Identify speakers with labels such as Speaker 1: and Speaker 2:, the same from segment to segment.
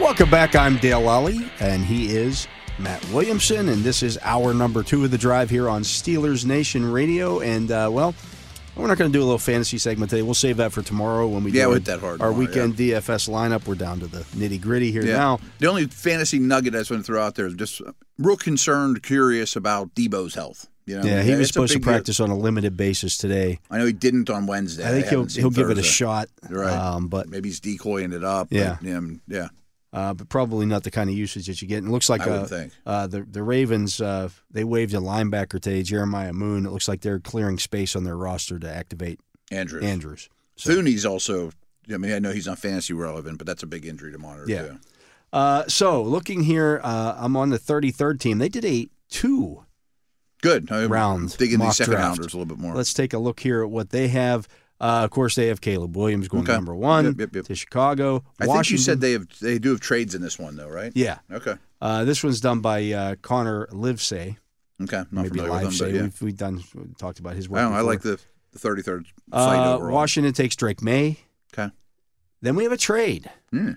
Speaker 1: Welcome back. I'm Dale Lally, and he is Matt Williamson, and this is our number two of the drive here on Steelers Nation Radio. And uh, well, we're not going to do a little fantasy segment today. We'll save that for tomorrow when we
Speaker 2: Yeah,
Speaker 1: do
Speaker 2: we
Speaker 1: our-
Speaker 2: hit that hard
Speaker 1: our
Speaker 2: tomorrow,
Speaker 1: weekend DFS lineup. We're down to the nitty gritty here
Speaker 2: Yeah.
Speaker 1: now.
Speaker 2: The only fantasy nugget I just want to throw out there is just uh, real concerned, curious about Debo's health. You know,
Speaker 1: Yeah, he was
Speaker 2: it's a
Speaker 1: supposed to
Speaker 2: big deal.
Speaker 1: practice on a limited basis today.
Speaker 2: I know he didn't on Wednesday.
Speaker 1: I think he'll
Speaker 2: haven't seen
Speaker 1: he'll give it a
Speaker 2: Thursday.
Speaker 1: shot,
Speaker 2: Right.
Speaker 1: um, but
Speaker 2: Maybe he's decoying it up.
Speaker 1: Yeah.
Speaker 2: but, um, yeah.
Speaker 1: uh, but probably not the kind of usage that you get. And it looks like
Speaker 2: I
Speaker 1: uh,
Speaker 2: wouldn't think.
Speaker 1: uh, the the Ravens uh, they waived a linebacker today, Jeremiah Moon. It looks like they're clearing space on their roster to activate
Speaker 2: Andrews.
Speaker 1: Andrews.
Speaker 2: Thuney's also. I mean, I know he's not fantasy relevant, but that's a big injury to monitor.
Speaker 1: Yeah.
Speaker 2: too.
Speaker 1: Uh, so looking here, uh, I'm on the 33rd team. They did a two.
Speaker 2: Good. I
Speaker 1: Round
Speaker 2: Dig in
Speaker 1: mock
Speaker 2: these second
Speaker 1: draft.
Speaker 2: rounders a little bit more.
Speaker 1: Let's take a look here at what they have. Uh, of course, they have Caleb Williams going
Speaker 2: Okay.
Speaker 1: number one
Speaker 2: Yep, yep, yep.
Speaker 1: to Chicago.
Speaker 2: I
Speaker 1: Washington,
Speaker 2: think you said they have. They do have trades in this one though, right?
Speaker 1: Yeah,
Speaker 2: Okay.
Speaker 1: uh, this one's done by uh, Connor Livesay.
Speaker 2: Okay. Not
Speaker 1: maybe
Speaker 2: familiar
Speaker 1: live
Speaker 2: with
Speaker 1: say.
Speaker 2: them, but yeah.
Speaker 1: We've, we've done we've talked about his work.
Speaker 2: I don't know. I
Speaker 1: before.
Speaker 2: like the the 33rd fight
Speaker 1: Uh,
Speaker 2: overall.
Speaker 1: Washington takes Drake May.
Speaker 2: Okay.
Speaker 1: Then we have a trade.
Speaker 2: Hmm.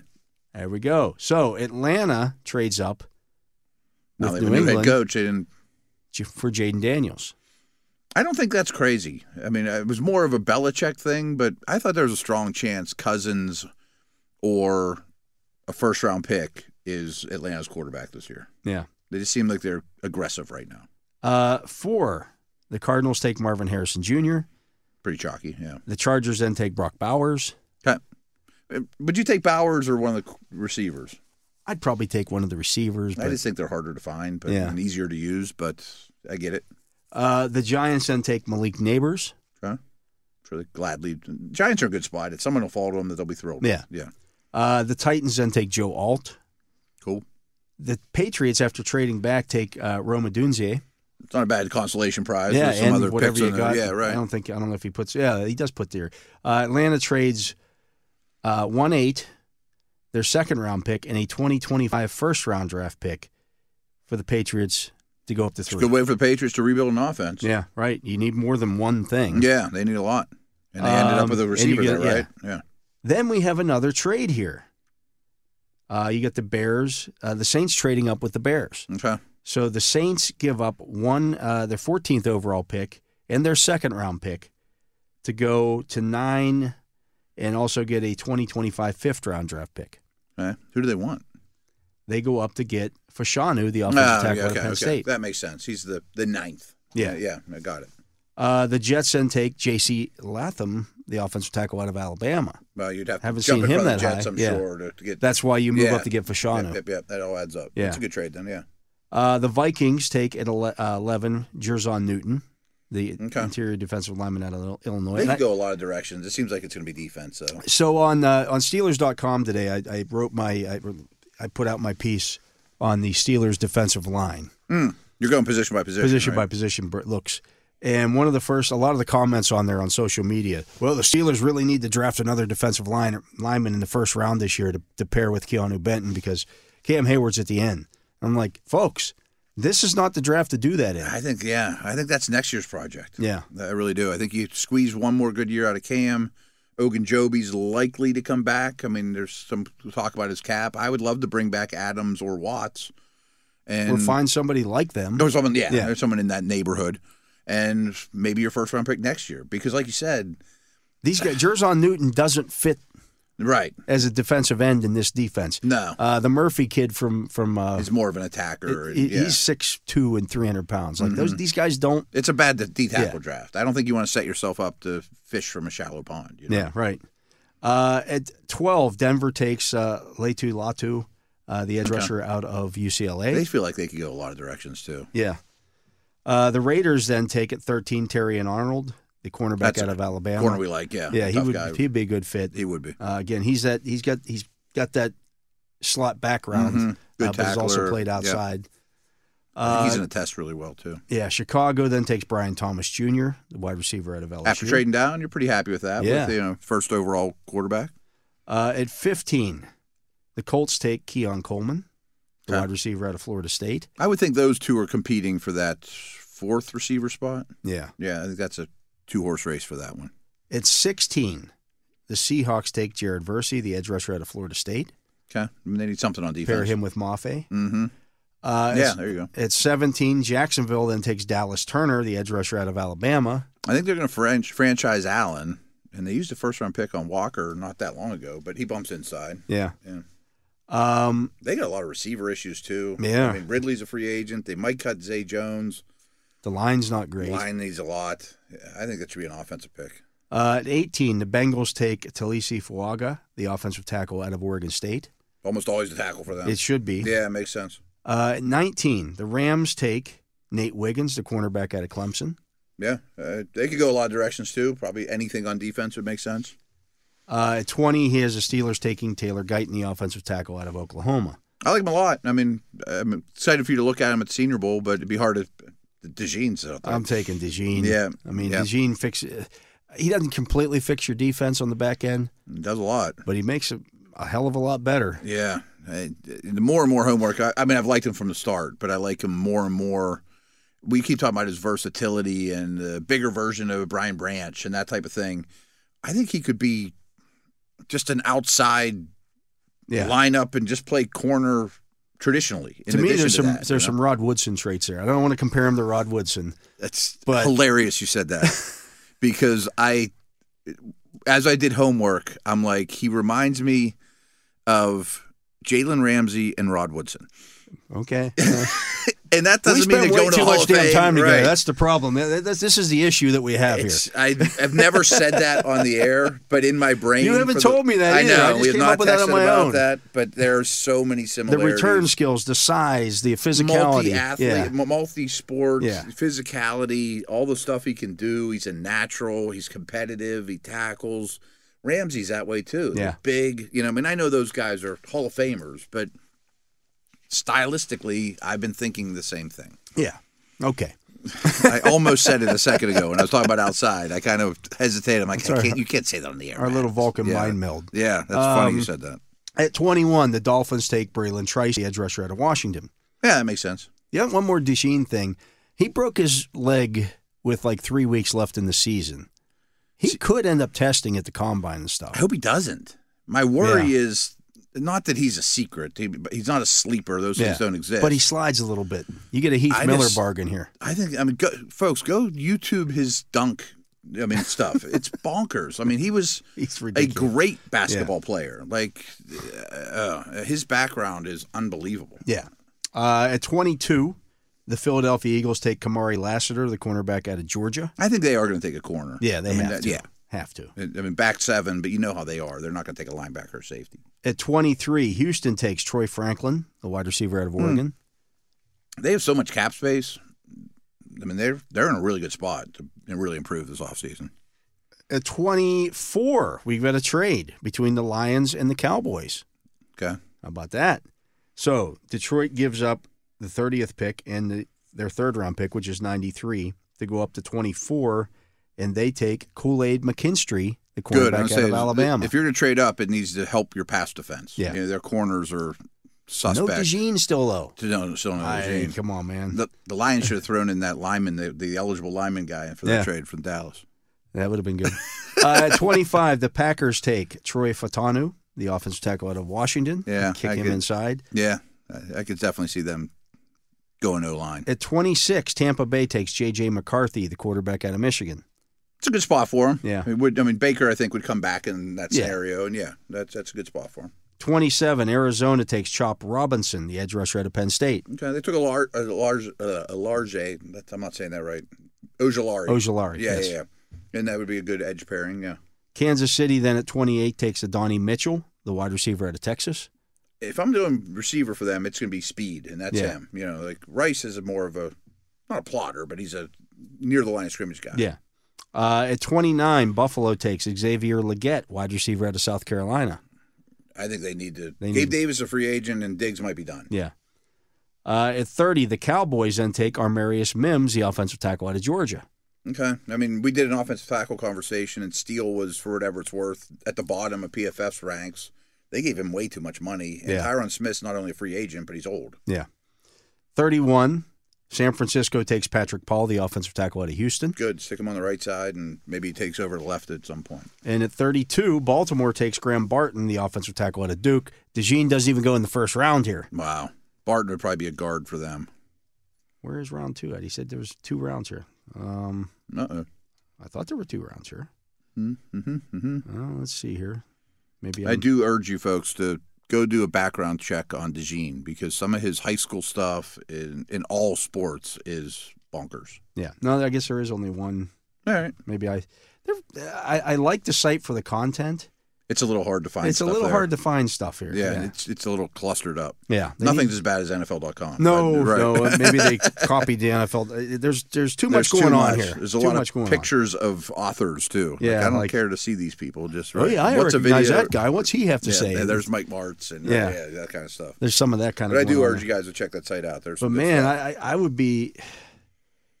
Speaker 1: There we go. So Atlanta trades up
Speaker 2: Now
Speaker 1: with
Speaker 2: they have
Speaker 1: New
Speaker 2: a new head
Speaker 1: England
Speaker 2: coach, and
Speaker 1: j- for Jaden Daniels.
Speaker 2: I don't think that's crazy. I mean, it was more of a Belichick thing, but I thought there was a strong chance Cousins or a first round pick is Atlanta's quarterback this year.
Speaker 1: Yeah.
Speaker 2: They just seem like they're aggressive right now.
Speaker 1: Uh, four. The Cardinals take Marvin Harrison Jr.
Speaker 2: Pretty chalky, yeah.
Speaker 1: The Chargers then take Brock Bowers.
Speaker 2: Okay. Uh, Would you take Bowers or one of the c- receivers?
Speaker 1: I'd probably take one of the receivers.
Speaker 2: I
Speaker 1: But,
Speaker 2: just think they're harder to find, but
Speaker 1: Yeah.
Speaker 2: and easier to use. But I get it.
Speaker 1: uh, the Giants then take Malik Neighbors.
Speaker 2: Huh? Sure, they gladly. Giants are a good spot. If someone will fall to them, that they'll be thrilled.
Speaker 1: Yeah.
Speaker 2: yeah,
Speaker 1: Uh, the Titans then take Joe Alt.
Speaker 2: cool.
Speaker 1: The Patriots, after trading back, take uh, Roma Dunze.
Speaker 2: It's not a bad consolation prize.
Speaker 1: yeah,
Speaker 2: There's some
Speaker 1: and
Speaker 2: other
Speaker 1: whatever
Speaker 2: picks
Speaker 1: you
Speaker 2: in there.
Speaker 1: got.
Speaker 2: Yeah, right.
Speaker 1: I don't think I don't know if he puts. Yeah, he does put there. Uh, Atlanta trades uh, one eight, their second round pick, and a 2025 first round draft pick for the Patriots to go up to
Speaker 2: It's a
Speaker 1: three.
Speaker 2: good way for the Patriots to rebuild an offense.
Speaker 1: Yeah, right. You need more than one thing.
Speaker 2: Yeah, they need a lot. And they ended
Speaker 1: Um,
Speaker 2: up with a
Speaker 1: and you
Speaker 2: receiver
Speaker 1: get-
Speaker 2: there, right? Yeah.
Speaker 1: Then we have another trade here. Uh, you get the Bears, uh, the Saints trading up with the Bears.
Speaker 2: Okay.
Speaker 1: So the Saints give up one, uh, their 14th overall pick and their second round pick to go to nine and also get a 2025 fifth round draft pick.
Speaker 2: All right. Who do they want?
Speaker 1: They go up to get Fashanu, the offensive
Speaker 2: Ah,
Speaker 1: tackle
Speaker 2: yeah,
Speaker 1: at
Speaker 2: okay,
Speaker 1: Penn
Speaker 2: okay.
Speaker 1: State.
Speaker 2: That makes sense. He's the, the ninth.
Speaker 1: Yeah.
Speaker 2: Yeah, I got it.
Speaker 1: Uh, the Jets then take J.C. Latham, the offensive tackle out of Alabama.
Speaker 2: Well, you'd have to
Speaker 1: Haven't
Speaker 2: jump
Speaker 1: seen
Speaker 2: in
Speaker 1: him
Speaker 2: front
Speaker 1: that
Speaker 2: of the Jets,
Speaker 1: high.
Speaker 2: I'm
Speaker 1: Yeah.
Speaker 2: sure, to, to get
Speaker 1: That's why you move
Speaker 2: Yeah.
Speaker 1: up to get Fashanu.
Speaker 2: Yep, yep, yep. That all adds up.
Speaker 1: Yeah.
Speaker 2: It's a good trade then, yeah.
Speaker 1: Uh, the Vikings take at ele- uh, 11 Jerzon Newton, the
Speaker 2: Okay.
Speaker 1: interior defensive lineman out of Il- Illinois.
Speaker 2: They
Speaker 1: And I-
Speaker 2: could go a lot of directions. It seems like it's going to be defense, though.
Speaker 1: so on uh, on Steelers.com today, I, I wrote my I, I put out my piece on the Steelers defensive line,
Speaker 2: Mm. You're going position by position.
Speaker 1: position
Speaker 2: right?
Speaker 1: by position br- looks. And one of the first, a lot of the comments on there on social media. Well, the Steelers really need to draft another defensive line lineman in the first round this year to, to pair with Keanu Benton because Cam Hayward's at the end. I'm like, folks, this is not the draft to do that in.
Speaker 2: I think, yeah, I think that's next year's project.
Speaker 1: Yeah.
Speaker 2: I really do. I think you squeeze one more good year out of Cam. Ogunjobi's likely to come back. I mean, there's some talk about his cap. I would love to bring back Adams or Watts, and
Speaker 1: or find somebody like them.
Speaker 2: or someone, yeah,
Speaker 1: Yeah.
Speaker 2: or someone in that neighborhood, and maybe your first round pick next year. Because, like you said,
Speaker 1: These guys, Jerzon Newton doesn't fit
Speaker 2: right?
Speaker 1: as a defensive end in this defense.
Speaker 2: No,
Speaker 1: Uh, the Murphy kid from from uh,
Speaker 2: he's more of an attacker.
Speaker 1: he-
Speaker 2: and, yeah. Mm-hmm.
Speaker 1: he's six two and three hundred pounds. Like those, these guys don't.
Speaker 2: it's a bad D tackle
Speaker 1: Yeah.
Speaker 2: draft. I don't think you want to set yourself up to fish from a shallow pond. You know?
Speaker 1: Yeah, right. Uh, at twelve, Denver takes uh, Leitu Latu, uh, the edge rusher out of UCLA.
Speaker 2: They feel like they could go a lot of directions too.
Speaker 1: yeah. Uh, the Raiders then take at thirteen Terry and Arnold, the cornerback
Speaker 2: That's
Speaker 1: out
Speaker 2: a
Speaker 1: of Alabama.
Speaker 2: Corner we like, yeah.
Speaker 1: yeah, he
Speaker 2: tough
Speaker 1: would
Speaker 2: guy.
Speaker 1: he'd be a good fit.
Speaker 2: He would be.
Speaker 1: Uh, again, he's that he's got he's got that slot background,
Speaker 2: Mhm. Good
Speaker 1: uh, but he's also
Speaker 2: tackler.
Speaker 1: played
Speaker 2: Yeah.
Speaker 1: outside.
Speaker 2: I think he's
Speaker 1: Uh,
Speaker 2: going to test really well too.
Speaker 1: yeah, Chicago then takes Brian Thomas Jr., the wide receiver out of LSU.
Speaker 2: After trading down, you're pretty happy with that.
Speaker 1: Yeah.
Speaker 2: With, you know, first overall quarterback.
Speaker 1: Uh, at 15, the Colts take Keon Coleman, the
Speaker 2: Okay.
Speaker 1: wide receiver out of Florida State.
Speaker 2: I would think those two are competing for that fourth receiver spot.
Speaker 1: Yeah.
Speaker 2: Yeah, I think that's a two horse race for that one.
Speaker 1: At 16, the Seahawks take Jared Versey, the edge rusher out of Florida State.
Speaker 2: Okay. I mean, they need something on defense.
Speaker 1: Pair him with Mafe.
Speaker 2: Mm-hmm.
Speaker 1: Uh,
Speaker 2: yeah,
Speaker 1: at-
Speaker 2: there you go.
Speaker 1: At 17, Jacksonville then takes Dallas Turner, the edge rusher out of Alabama.
Speaker 2: I think they're going to franch- franchise Allen, and they used a first round pick on Walker not that long ago, but he bumps inside.
Speaker 1: Yeah.
Speaker 2: Yeah.
Speaker 1: Um,
Speaker 2: They got a lot of receiver issues too.
Speaker 1: Yeah.
Speaker 2: I mean Ridley's a free agent. They might cut Zay Jones.
Speaker 1: the line's not great.
Speaker 2: Line needs a lot. I think that should be an offensive pick.
Speaker 1: Uh, at 18, the Bengals take Talisi Fuaga, the offensive tackle out of Oregon State.
Speaker 2: Almost always the tackle for them.
Speaker 1: It should be.
Speaker 2: yeah, it makes sense.
Speaker 1: Uh, at 19, the Rams take Nate Wiggins, the cornerback out of Clemson.
Speaker 2: Yeah, uh, they could go a lot of directions too. Probably anything on defense would make sense.
Speaker 1: Uh, at 20, he has the Steelers taking Taylor Guyton, the offensive tackle out of Oklahoma.
Speaker 2: I like him a lot. I mean, I'm excited for you to look at him at Senior Bowl, but it'd be hard to. The Dejean's out there.
Speaker 1: I'm taking DeJean.
Speaker 2: Uh, Yeah,
Speaker 1: I mean,
Speaker 2: yeah.
Speaker 1: DeJean fix, uh, he doesn't completely fix your defense on the back end,
Speaker 2: He does a lot.
Speaker 1: but he makes it a hell of a lot better.
Speaker 2: Yeah, I, the more and more homework. I, I mean, I've liked him from the start, but I like him more and more. We keep talking about his versatility and the bigger version of Brian Branch and that type of thing. I think he could be just an outside
Speaker 1: Yeah.
Speaker 2: lineup and just play corner traditionally. In
Speaker 1: to me,
Speaker 2: addition
Speaker 1: there's
Speaker 2: to
Speaker 1: some
Speaker 2: that, you
Speaker 1: there's
Speaker 2: know?
Speaker 1: some Rod Woodson traits there. I don't want to compare him to Rod Woodson.
Speaker 2: That's
Speaker 1: But-
Speaker 2: hilarious you said that because I, as I did homework, I'm like, he reminds me of Jalen Ramsey and Rod Woodson.
Speaker 1: Okay,
Speaker 2: And that doesn't
Speaker 1: we
Speaker 2: mean
Speaker 1: spent
Speaker 2: they're
Speaker 1: way
Speaker 2: going to
Speaker 1: too
Speaker 2: Hall
Speaker 1: much
Speaker 2: of
Speaker 1: damn
Speaker 2: Fame,
Speaker 1: time together.
Speaker 2: right.
Speaker 1: That's the problem. Th- th- This is the issue that we have
Speaker 2: It's- I, I've never said that on the air, but in my brain,
Speaker 1: You haven't
Speaker 2: for the-
Speaker 1: told me that
Speaker 2: I
Speaker 1: either.
Speaker 2: know
Speaker 1: I just
Speaker 2: we have
Speaker 1: came
Speaker 2: not
Speaker 1: up with that on
Speaker 2: texted
Speaker 1: my
Speaker 2: about
Speaker 1: own.
Speaker 2: that, but there are so many
Speaker 1: here. The
Speaker 2: similarities.
Speaker 1: return skills, the size, the physicality.
Speaker 2: multi-athlete,
Speaker 1: Yeah.
Speaker 2: m- multi-sport,
Speaker 1: Yeah.
Speaker 2: physicality, all the stuff he can do. He's a natural. He's competitive. He tackles. Ramsey's that way too. They're
Speaker 1: Yeah.
Speaker 2: big. You know, I mean, I know those guys are Hall of Famers, but stylistically, I've been thinking the same thing.
Speaker 1: yeah. Okay.
Speaker 2: I almost said it a second ago when I was talking about outside. I kind of hesitated. I'm like, I can't, you can't say that on the air.
Speaker 1: Our
Speaker 2: man.
Speaker 1: little Um, Vulcan
Speaker 2: Yeah.
Speaker 1: mind meld.
Speaker 2: Yeah, that's funny you said that.
Speaker 1: At 21, the Dolphins take Braylon Trice, the edge rusher out of Washington.
Speaker 2: Yeah, that makes sense.
Speaker 1: Yeah, one more Desheen thing. He broke his leg with like three weeks left in the season. He could end up testing at the combine and
Speaker 2: I
Speaker 1: stuff.
Speaker 2: hope he doesn't. My worry is not that he's a secret. He, but he's not a sleeper. Those
Speaker 1: Yeah.
Speaker 2: things don't exist.
Speaker 1: But he slides a little bit. You get a Heath
Speaker 2: I
Speaker 1: Miller
Speaker 2: just-
Speaker 1: bargain here.
Speaker 2: I think. I mean, go, folks, go YouTube his dunk. I mean, stuff. it's bonkers. I mean, he was
Speaker 1: He's
Speaker 2: a
Speaker 1: ridiculous.
Speaker 2: great basketball player. Like, uh, uh, his background is unbelievable.
Speaker 1: yeah. Uh, at 22, the Philadelphia Eagles take Kamari Lassiter, the cornerback out of Georgia.
Speaker 2: I think they are going to take a corner.
Speaker 1: Yeah, they
Speaker 2: I mean,
Speaker 1: have
Speaker 2: that-
Speaker 1: to.
Speaker 2: Yeah.
Speaker 1: Have to.
Speaker 2: I mean, back seven, but you know how they are. They're not going to take a linebacker or safety.
Speaker 1: At 23, Houston takes Troy Franklin, the wide receiver
Speaker 2: Hmm.
Speaker 1: out of Oregon.
Speaker 2: They have so much cap space. I mean, they're they're in a really good spot to really improve this offseason.
Speaker 1: At 24, we've got a trade between the Lions and the Cowboys.
Speaker 2: Okay.
Speaker 1: How about that? So Detroit gives up the 30th pick and the, their third round pick, which is 93, to go up to 24, and they take Kool Aid McKinstry, the
Speaker 2: Good. I'm
Speaker 1: cornerback out
Speaker 2: saying
Speaker 1: of Alabama.
Speaker 2: If you're going to trade up, it needs to help your pass defense.
Speaker 1: Yeah.
Speaker 2: You know, their corners are
Speaker 1: no
Speaker 2: suspect.
Speaker 1: DeJean still though.
Speaker 2: to no, still no
Speaker 1: Aye,
Speaker 2: regime.
Speaker 1: come on, man.
Speaker 2: The, the Lions should have thrown in that lineman, the, the eligible lineman guy for that
Speaker 1: Yeah.
Speaker 2: trade from Dallas.
Speaker 1: That would have been good. uh, at 25, the Packers take Troy Fatanu, the offensive tackle out of Washington.
Speaker 2: Yeah,
Speaker 1: kick
Speaker 2: I
Speaker 1: him
Speaker 2: could-
Speaker 1: inside.
Speaker 2: Yeah, I, I could definitely see them going O line.
Speaker 1: At 26, Tampa Bay takes J.J. McCarthy, the quarterback out of Michigan.
Speaker 2: It's a good spot for him.
Speaker 1: Yeah.
Speaker 2: I mean, would, I mean Baker, I think would come back in that
Speaker 1: Yeah.
Speaker 2: scenario, and yeah, that's that's a good spot for him.
Speaker 1: 27, Arizona takes Chop Robinson, the edge rusher out of Penn State.
Speaker 2: Okay, they took a large, a large, uh, a large. A, that's, I'm not saying that right. Ojalari.
Speaker 1: Ojolari.
Speaker 2: yeah,
Speaker 1: yes.
Speaker 2: yeah, yeah, and that would be a good edge pairing. Yeah.
Speaker 1: Kansas City then at 28 takes a Donnie Mitchell, the wide receiver out of Texas.
Speaker 2: if I'm doing receiver for them, it's going to be speed, and that's
Speaker 1: Yeah.
Speaker 2: him. You know, like Rice is a more of a not a plotter, but he's a near the line of scrimmage guy.
Speaker 1: Yeah. Uh, at 29, Buffalo takes Xavier Leggett, wide receiver out of South Carolina.
Speaker 2: I think they need to.
Speaker 1: They
Speaker 2: Gabe
Speaker 1: need-
Speaker 2: Davis a free agent, and Diggs might be done.
Speaker 1: Yeah. Uh, at 30, the Cowboys then take Armarius Mims, the offensive tackle out of Georgia.
Speaker 2: Okay. I mean, we did an offensive tackle conversation, and Steele was, for whatever it's worth, at the bottom of PFF's ranks. They gave him way too much money. And
Speaker 1: Yeah.
Speaker 2: Tyron Smith's not only a free agent, but he's old.
Speaker 1: 31, San Francisco takes Patrick Paul, the offensive tackle out of Houston.
Speaker 2: Good. Stick him on the right side, and maybe he takes over the left at some point.
Speaker 1: And at 32, Baltimore takes Graham Barton, the offensive tackle out of Duke. DeJean doesn't even go in the first round here.
Speaker 2: Wow. Barton would probably be a guard for them.
Speaker 1: Where is round two at? He said there was two rounds here. Um,
Speaker 2: Uh-uh.
Speaker 1: I thought there were two rounds here.
Speaker 2: Mm-hmm, mm-hmm.
Speaker 1: Oh, let's see here. Maybe
Speaker 2: I
Speaker 1: I'm-
Speaker 2: do urge you folks to go do a background check on DeJean because some of his high school stuff in, in all sports is bonkers.
Speaker 1: Yeah. No, I guess there is only one.
Speaker 2: All right.
Speaker 1: Maybe I. there- I, I like the site for the content.
Speaker 2: It's a little hard to find.
Speaker 1: it's a
Speaker 2: stuff
Speaker 1: little
Speaker 2: there.
Speaker 1: hard to find stuff here.
Speaker 2: Yeah, and
Speaker 1: Yeah.
Speaker 2: it's it's a little clustered up.
Speaker 1: Yeah. They
Speaker 2: Nothing's
Speaker 1: need-
Speaker 2: as bad as NFL.com.
Speaker 1: no,
Speaker 2: but- right.
Speaker 1: no. uh, Maybe they copied the NFL. Uh, There's there's too
Speaker 2: There's
Speaker 1: much going on
Speaker 2: much.
Speaker 1: here.
Speaker 2: There's a
Speaker 1: too
Speaker 2: lot
Speaker 1: much
Speaker 2: of
Speaker 1: going
Speaker 2: pictures of authors too.
Speaker 1: Yeah,
Speaker 2: like, I don't
Speaker 1: like-
Speaker 2: care to see these people. Just
Speaker 1: on. Oh
Speaker 2: right.
Speaker 1: yeah, I
Speaker 2: What's
Speaker 1: recognize
Speaker 2: a video?
Speaker 1: that guy. What's he have to
Speaker 2: Yeah,
Speaker 1: say?
Speaker 2: and there's Mike Martz and
Speaker 1: Yeah.
Speaker 2: yeah. that kind of stuff.
Speaker 1: There's some of that kind of.
Speaker 2: But I do
Speaker 1: going on
Speaker 2: urge you guys to check that site out. There's
Speaker 1: But
Speaker 2: some good
Speaker 1: man,
Speaker 2: stuff.
Speaker 1: I, I I would be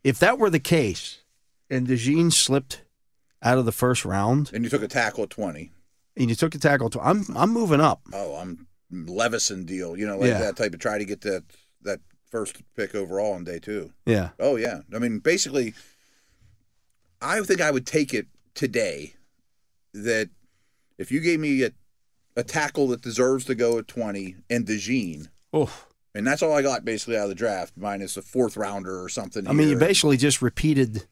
Speaker 1: if that were the case, and DeJean slipped out of the first round,
Speaker 2: and you took a tackle at twenty.
Speaker 1: and you took a tackle. To, I'm I'm moving up.
Speaker 2: oh, I'm Levison deal, you know, like
Speaker 1: Yeah.
Speaker 2: that type of try to get that that first pick overall on day two.
Speaker 1: Yeah,
Speaker 2: Oh yeah, I mean basically, I think I would take it today that if you gave me a a tackle that deserves to go at twenty and DeJean,
Speaker 1: Oh,
Speaker 2: and that's all I got basically out of the draft, minus a fourth rounder or something.
Speaker 1: I mean, you
Speaker 2: here.
Speaker 1: basically just repeated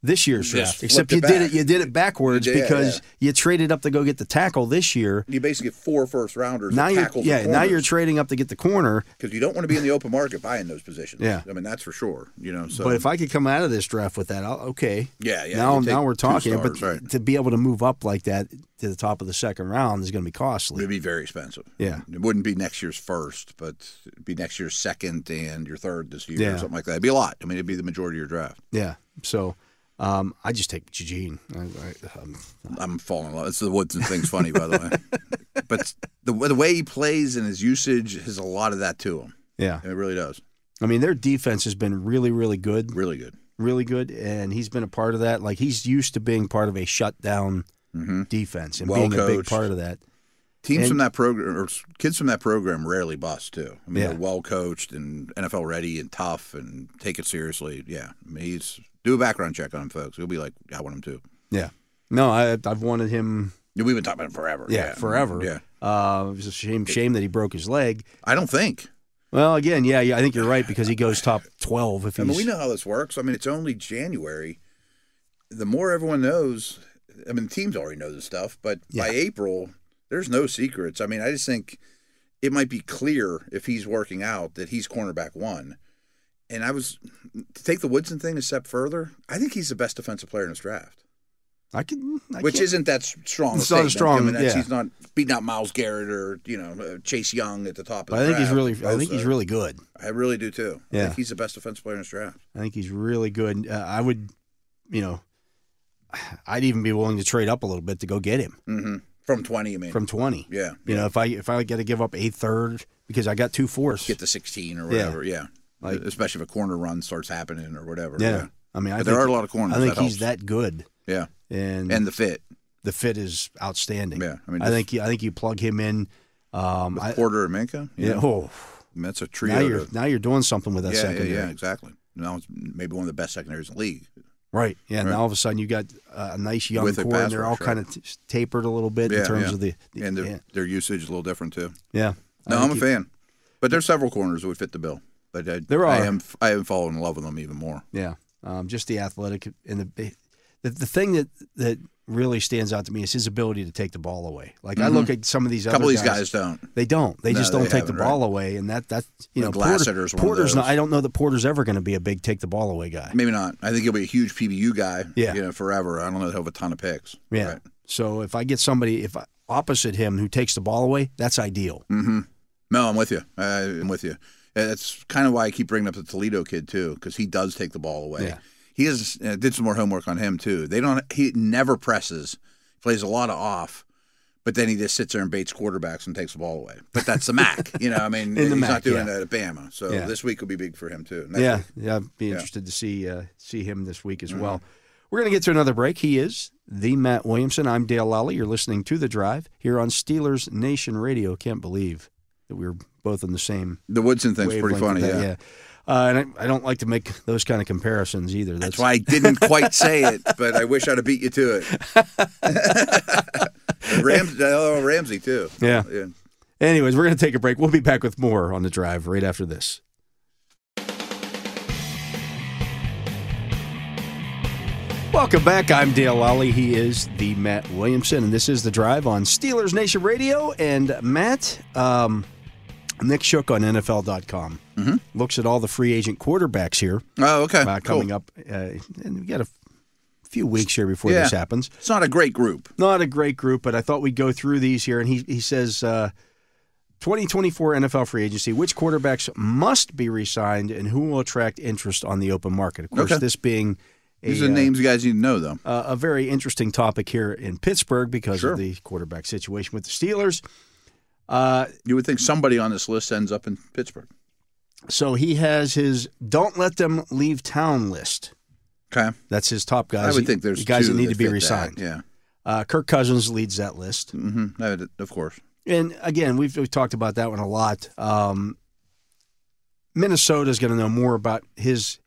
Speaker 1: this year's
Speaker 2: Just
Speaker 1: draft,
Speaker 2: flipped
Speaker 1: except
Speaker 2: it
Speaker 1: you did
Speaker 2: back.
Speaker 1: it. You did it backwards
Speaker 2: You did,
Speaker 1: because
Speaker 2: yeah.
Speaker 1: you traded up to go get the tackle this year.
Speaker 2: you basically get four first rounders.
Speaker 1: Now
Speaker 2: Now
Speaker 1: you're
Speaker 2: tackles
Speaker 1: yeah. Now you're trading up to get the corner.
Speaker 2: because you don't want to be in the open market buying those positions.
Speaker 1: Yeah.
Speaker 2: I mean that's for sure. You know, so
Speaker 1: but if I could come out of this draft with that, I'll, okay.
Speaker 2: yeah, yeah.
Speaker 1: now
Speaker 2: you take
Speaker 1: now we're
Speaker 2: two
Speaker 1: talking.
Speaker 2: stars,
Speaker 1: but
Speaker 2: right.
Speaker 1: to be able to move up like that to the top of the second round is going to be costly.
Speaker 2: It'd be very expensive.
Speaker 1: Yeah.
Speaker 2: It wouldn't be next year's first, but it'd be next year's second and your third this year
Speaker 1: Yeah.
Speaker 2: or something like that. It'd be a lot. I mean, it'd be the majority of your draft.
Speaker 1: Yeah. So um, I just take Eugene. I, I, um,
Speaker 2: I'm falling in love. It's the Woodson thing's funny, by the way. But the, the way he plays and his usage has a lot of that to him.
Speaker 1: yeah.
Speaker 2: It really does.
Speaker 1: I mean, their defense has been really, really good,
Speaker 2: Really good.
Speaker 1: really good, and he's been a part of that. Like he's used to being part of a shutdown
Speaker 2: hmm
Speaker 1: defense and
Speaker 2: Well
Speaker 1: being a big
Speaker 2: coached.
Speaker 1: part of that.
Speaker 2: Teams
Speaker 1: And-
Speaker 2: from that program, or s- kids from that program, rarely bust too. I mean,
Speaker 1: Yeah.
Speaker 2: they're well coached and NFL ready and tough and take it seriously. Yeah, I mean, he's do a background check on him, folks. You'll be like, I want him too.
Speaker 1: Yeah. No, I, I've wanted him.
Speaker 2: We've been talking about him forever.
Speaker 1: Yeah, forever.
Speaker 2: Yeah,
Speaker 1: Uh, it was a shame, shame that he broke his leg.
Speaker 2: I don't think.
Speaker 1: Well, again, yeah, yeah, I think you're right because he goes top twelve if
Speaker 2: I
Speaker 1: he's.
Speaker 2: mean, we know how this works. I mean, it's only January. The more everyone knows, I mean, the teams already know this stuff, but by
Speaker 1: Yeah.
Speaker 2: April, there's no secrets. I mean, I just think it might be clear if he's working out that he's cornerback one. And I was to take the Woodson thing a step further. I think he's the best defensive player in this draft,
Speaker 1: I can. I
Speaker 2: which
Speaker 1: can't-
Speaker 2: isn't that s- strong. a
Speaker 1: It's not a
Speaker 2: statement.
Speaker 1: strong-
Speaker 2: I mean, that's-
Speaker 1: yeah.
Speaker 2: He's not beating out Miles Garrett or you know uh, Chase Young at the top. of
Speaker 1: But
Speaker 2: the
Speaker 1: I think he's
Speaker 2: draft.
Speaker 1: really. I
Speaker 2: Those
Speaker 1: think he's
Speaker 2: are-
Speaker 1: really good.
Speaker 2: I really do too. I
Speaker 1: Yeah.
Speaker 2: think he's the best defensive player in this draft.
Speaker 1: I think he's really good. Uh, I would, you know, I'd even be willing to trade up a little bit to go get him
Speaker 2: hmm From twenty, you mean?
Speaker 1: from twenty.
Speaker 2: Yeah.
Speaker 1: You know, if I if I got to give up a third because I got two fourths.
Speaker 2: Get to 16 or
Speaker 1: Yeah.
Speaker 2: whatever. Yeah.
Speaker 1: Like-
Speaker 2: Especially if a corner run starts happening or whatever.
Speaker 1: yeah. I mean, I
Speaker 2: But
Speaker 1: think,
Speaker 2: there are a lot of corners.
Speaker 1: I think
Speaker 2: that
Speaker 1: he's
Speaker 2: helps.
Speaker 1: that Mm-hmm. good,
Speaker 2: Yeah.
Speaker 1: and,
Speaker 2: And the fit.
Speaker 1: the fit is outstanding.
Speaker 2: Yeah. I
Speaker 1: I,
Speaker 2: mean,
Speaker 1: I
Speaker 2: just
Speaker 1: think you- I think you plug him in. Um, I,
Speaker 2: Porter and Minka. you
Speaker 1: yeah.
Speaker 2: know,
Speaker 1: Oh,
Speaker 2: I mean, that's a trio.
Speaker 1: now you're
Speaker 2: to-
Speaker 1: now you're doing something with that
Speaker 2: yeah, yeah,
Speaker 1: secondary.
Speaker 2: yeah, exactly. Now it's maybe one of the best secondaries in the league.
Speaker 1: Right. Yeah. And
Speaker 2: Right.
Speaker 1: Now all of a sudden you got uh, a nice young
Speaker 2: With a
Speaker 1: core, and
Speaker 2: pass
Speaker 1: they're
Speaker 2: rush,
Speaker 1: all
Speaker 2: right.
Speaker 1: kind of t- tapered a little bit in
Speaker 2: Yeah,
Speaker 1: terms
Speaker 2: yeah.
Speaker 1: of the, the-
Speaker 2: And their,
Speaker 1: yeah.
Speaker 2: their usage is a little different, too.
Speaker 1: yeah. I
Speaker 2: No, I'm
Speaker 1: think
Speaker 2: a
Speaker 1: you-
Speaker 2: fan. But there's several corners that would fit the bill. But I,
Speaker 1: There
Speaker 2: I
Speaker 1: are.
Speaker 2: am, I am falling in love with them even more.
Speaker 1: Yeah, um, just the athletic and the, the the thing that that really stands out to me is his ability to take the ball away. Like I look at some of these
Speaker 2: A
Speaker 1: other
Speaker 2: Mm-hmm. couple of these
Speaker 1: guys,
Speaker 2: guys don't.
Speaker 1: they don't. They
Speaker 2: No,
Speaker 1: just don't
Speaker 2: they
Speaker 1: take the
Speaker 2: haven't,
Speaker 1: ball away, and that that's you know
Speaker 2: Like Lassiter's one of
Speaker 1: Porter's not.
Speaker 2: those.
Speaker 1: I don't know that Porter's ever going to be a big take the ball away guy.
Speaker 2: Maybe not. I think he'll be a huge PBU guy
Speaker 1: Yeah.
Speaker 2: you know, forever. I don't know if he'll have a ton of picks.
Speaker 1: Yeah.
Speaker 2: Right.
Speaker 1: So if I get somebody if I, opposite him who takes the ball away, that's ideal.
Speaker 2: Mm-hmm. No, I'm with you. I- I'm with you. And That's kind of why I keep bringing up the Toledo kid too, because he does take the ball away.
Speaker 1: Yeah.
Speaker 2: He is uh, did some more homework on him too. They don't. He never presses. Plays a lot of off, but then he just sits there and baits quarterbacks and takes the ball away. But that's the Mac, you know. I mean,
Speaker 1: the
Speaker 2: he's
Speaker 1: MAC,
Speaker 2: not doing
Speaker 1: yeah.
Speaker 2: that at Bama. So
Speaker 1: Yeah.
Speaker 2: this week will be big for him too. Next
Speaker 1: Yeah,
Speaker 2: week.
Speaker 1: yeah. I'd be
Speaker 2: Yeah. Mm-hmm.
Speaker 1: interested to see uh, see him this week as well. We're going to get to another break. He is the Matt Williamson. I'm Dale Lally. You're listening to the Drive here on Steelers Nation Radio. Can't believe that we were both on the same.
Speaker 2: the Woodson thing's pretty
Speaker 1: wavelength
Speaker 2: funny.
Speaker 1: with that,
Speaker 2: yeah.
Speaker 1: Uh, and I, I don't like to make those kind of comparisons either. That's,
Speaker 2: That's why I didn't quite say it, but I wish I'd have beat you to it. Rams, oh, Ramsey too.
Speaker 1: Yeah.
Speaker 2: yeah.
Speaker 1: Anyways, we're going to take a break. We'll be back with more on the Drive right after this. Welcome back. I'm Dale Lally. He is the Matt Williamson, and this is the Drive on Steelers Nation Radio. And Matt, um, Nick Shook on NFL.com looks at all the free agent quarterbacks here
Speaker 2: Oh, okay.
Speaker 1: uh,
Speaker 2: Mm-hmm. cool.
Speaker 1: coming up, uh, and we got a f- few weeks here before
Speaker 2: Yeah.
Speaker 1: this happens.
Speaker 2: It's not a great group.
Speaker 1: not a great group, but I thought we'd go through these here. And he, he says uh, 2024 NFL free agency, which quarterbacks must be re signed and who will attract interest on the open market? Of course,
Speaker 2: Okay.
Speaker 1: this being a,
Speaker 2: These are
Speaker 1: uh,
Speaker 2: names you guys need to know, though.
Speaker 1: uh, a very interesting topic here in Pittsburgh because
Speaker 2: Sure.
Speaker 1: of the quarterback situation with the Steelers. Uh,
Speaker 2: You would think somebody on this list ends up in Pittsburgh.
Speaker 1: so he has his don't let them leave town list.
Speaker 2: Okay.
Speaker 1: That's his top guys.
Speaker 2: I would think there's
Speaker 1: the guys
Speaker 2: two
Speaker 1: that need to be
Speaker 2: fit
Speaker 1: resigned.
Speaker 2: That. Yeah.
Speaker 1: Uh, Kirk Cousins leads that list.
Speaker 2: Mm-hmm. I would, of course.
Speaker 1: And again, we've, we've talked about that one a lot. Um, Minnesota is going to know more about his.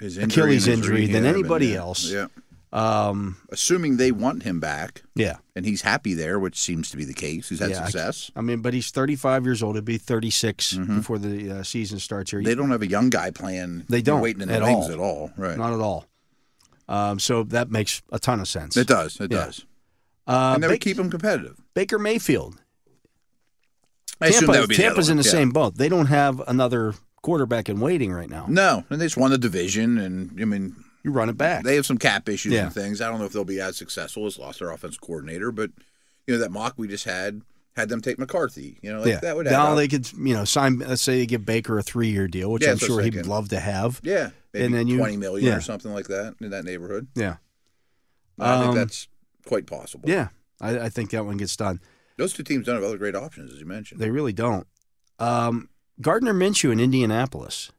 Speaker 2: His
Speaker 1: Achilles
Speaker 2: and his
Speaker 1: injury than
Speaker 2: rehab and-
Speaker 1: anybody
Speaker 2: yeah,
Speaker 1: else.
Speaker 2: Yeah.
Speaker 1: Um,
Speaker 2: Assuming they want him back
Speaker 1: yeah,
Speaker 2: and he's happy there, which seems to be the case. He's had
Speaker 1: Yeah, I-
Speaker 2: success.
Speaker 1: I mean, but he's 35 years old. He'll be 36 before the uh, season starts here.
Speaker 2: Mm-hmm. They don't have a young guy playing.
Speaker 1: They don't
Speaker 2: waiting in
Speaker 1: at
Speaker 2: the wings
Speaker 1: all.
Speaker 2: at all. Right.
Speaker 1: Not at all. Um, so that makes a ton of sense.
Speaker 2: it does. It
Speaker 1: Yeah.
Speaker 2: does.
Speaker 1: Uh,
Speaker 2: And they would
Speaker 1: Baker,
Speaker 2: keep him competitive.
Speaker 1: Baker Mayfield.
Speaker 2: I assume
Speaker 1: Tampa-
Speaker 2: that would be the
Speaker 1: Tampa's
Speaker 2: other
Speaker 1: in the
Speaker 2: one. Yeah.
Speaker 1: same boat. They don't have another quarterback in waiting right now.
Speaker 2: No, and they just won the division, and I mean
Speaker 1: You run it back.
Speaker 2: they have some cap issues
Speaker 1: Yeah.
Speaker 2: and things. I don't know if they'll be as successful as lost their offensive coordinator, but you know that mock we just had had them take McCarthy. You know, like, that would
Speaker 1: now
Speaker 2: have.
Speaker 1: they could you know sign. Let's say they give Baker a three-year deal, which
Speaker 2: Yeah,
Speaker 1: I'm
Speaker 2: that's what I
Speaker 1: sure
Speaker 2: was
Speaker 1: he'd
Speaker 2: thinking.
Speaker 1: love to have.
Speaker 2: yeah, maybe
Speaker 1: and then you-
Speaker 2: twenty million
Speaker 1: yeah.
Speaker 2: or something like that in that neighborhood.
Speaker 1: Yeah,
Speaker 2: I
Speaker 1: Um,
Speaker 2: think that's quite possible.
Speaker 1: yeah. I, I think that one gets done.
Speaker 2: those two teams don't have other great options, as you mentioned.
Speaker 1: They really don't. Um, Gardner Minshew in Indianapolis.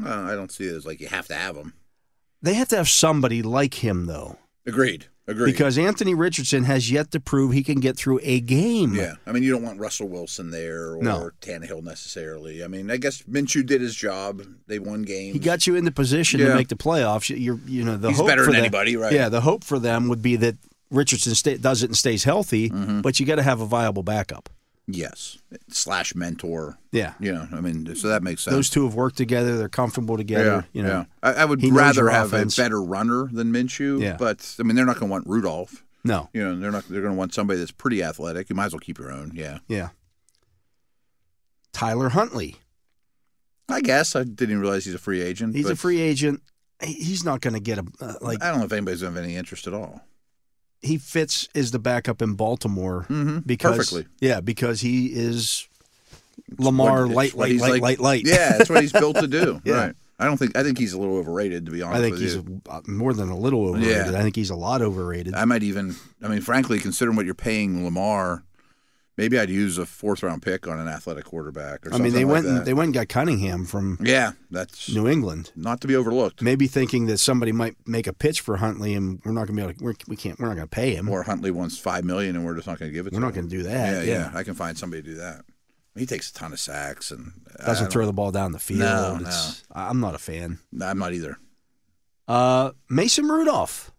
Speaker 2: Uh, I don't see it as like you have to have them.
Speaker 1: They have to have somebody like him though,
Speaker 2: Agreed. Agreed.
Speaker 1: because Anthony Richardson has yet to prove he can get through a game.
Speaker 2: yeah, I mean you don't want Russell Wilson there or
Speaker 1: No.
Speaker 2: Tannehill necessarily. I mean I guess Minshew did his job. They won games.
Speaker 1: He got you in the position to
Speaker 2: Yeah.
Speaker 1: make the playoffs. You're, you know, the
Speaker 2: He's
Speaker 1: hope
Speaker 2: better
Speaker 1: for
Speaker 2: than
Speaker 1: them-
Speaker 2: anybody, right?
Speaker 1: Yeah, the hope for them would be that Richardson sta does it and stays healthy,
Speaker 2: Mm-hmm.
Speaker 1: but you got to have a viable backup.
Speaker 2: Yes. Slash mentor.
Speaker 1: Yeah,
Speaker 2: You know, I mean, so that makes sense.
Speaker 1: those two have worked together. They're comfortable together. you know,
Speaker 2: I, I would
Speaker 1: he knows your
Speaker 2: rather have
Speaker 1: offense.
Speaker 2: a better runner than Minshew.
Speaker 1: Yeah.
Speaker 2: But I mean, they're not going to want Rudolph.
Speaker 1: no,
Speaker 2: You know, they're not. They're going to want somebody that's pretty athletic. You might as well keep your own. Yeah.
Speaker 1: yeah. Tyler Huntley.
Speaker 2: I guess I didn't realize he's a free agent.
Speaker 1: He's a
Speaker 2: but
Speaker 1: free agent. He- He's not going to get a uh, like.
Speaker 2: I don't know if anybody's going to have any interest at all.
Speaker 1: He fits is the backup in Baltimore
Speaker 2: Mhm,
Speaker 1: because
Speaker 2: perfectly.
Speaker 1: yeah because he is Lamar
Speaker 2: What-
Speaker 1: light
Speaker 2: it's what
Speaker 1: light
Speaker 2: he's
Speaker 1: light
Speaker 2: like-
Speaker 1: light light.
Speaker 2: Yeah, that's what he's built to do.
Speaker 1: Yeah.
Speaker 2: Right. I don't think. I think he's a little overrated, to be honest.
Speaker 1: I think
Speaker 2: with
Speaker 1: he's
Speaker 2: you.
Speaker 1: uh, more than a little overrated.
Speaker 2: Yeah.
Speaker 1: I think he's a lot overrated.
Speaker 2: I might even. I mean, frankly, considering what you're paying Lamar, maybe I'd use a fourth round pick on an athletic quarterback or
Speaker 1: I
Speaker 2: something.
Speaker 1: mean they
Speaker 2: like
Speaker 1: went and,
Speaker 2: that.
Speaker 1: they went and got Cunningham from
Speaker 2: Yeah, that's
Speaker 1: New England,
Speaker 2: not to be overlooked.
Speaker 1: maybe thinking that somebody might make a pitch for Huntley and we're not going to be able to, we're, we can't we're not going to pay him.
Speaker 2: Or Huntley wants five million, and we're just not going to give it.
Speaker 1: we're
Speaker 2: to
Speaker 1: not
Speaker 2: him.
Speaker 1: going to do that.
Speaker 2: yeah, yeah, I can find somebody to do that. He takes a ton of sacks, and uh, I
Speaker 1: Doesn't
Speaker 2: don't-
Speaker 1: throw the ball down the field.
Speaker 2: No,
Speaker 1: it's, I- I'm not a fan.
Speaker 2: no, I'm not either.
Speaker 1: Uh, Mason Rudolph.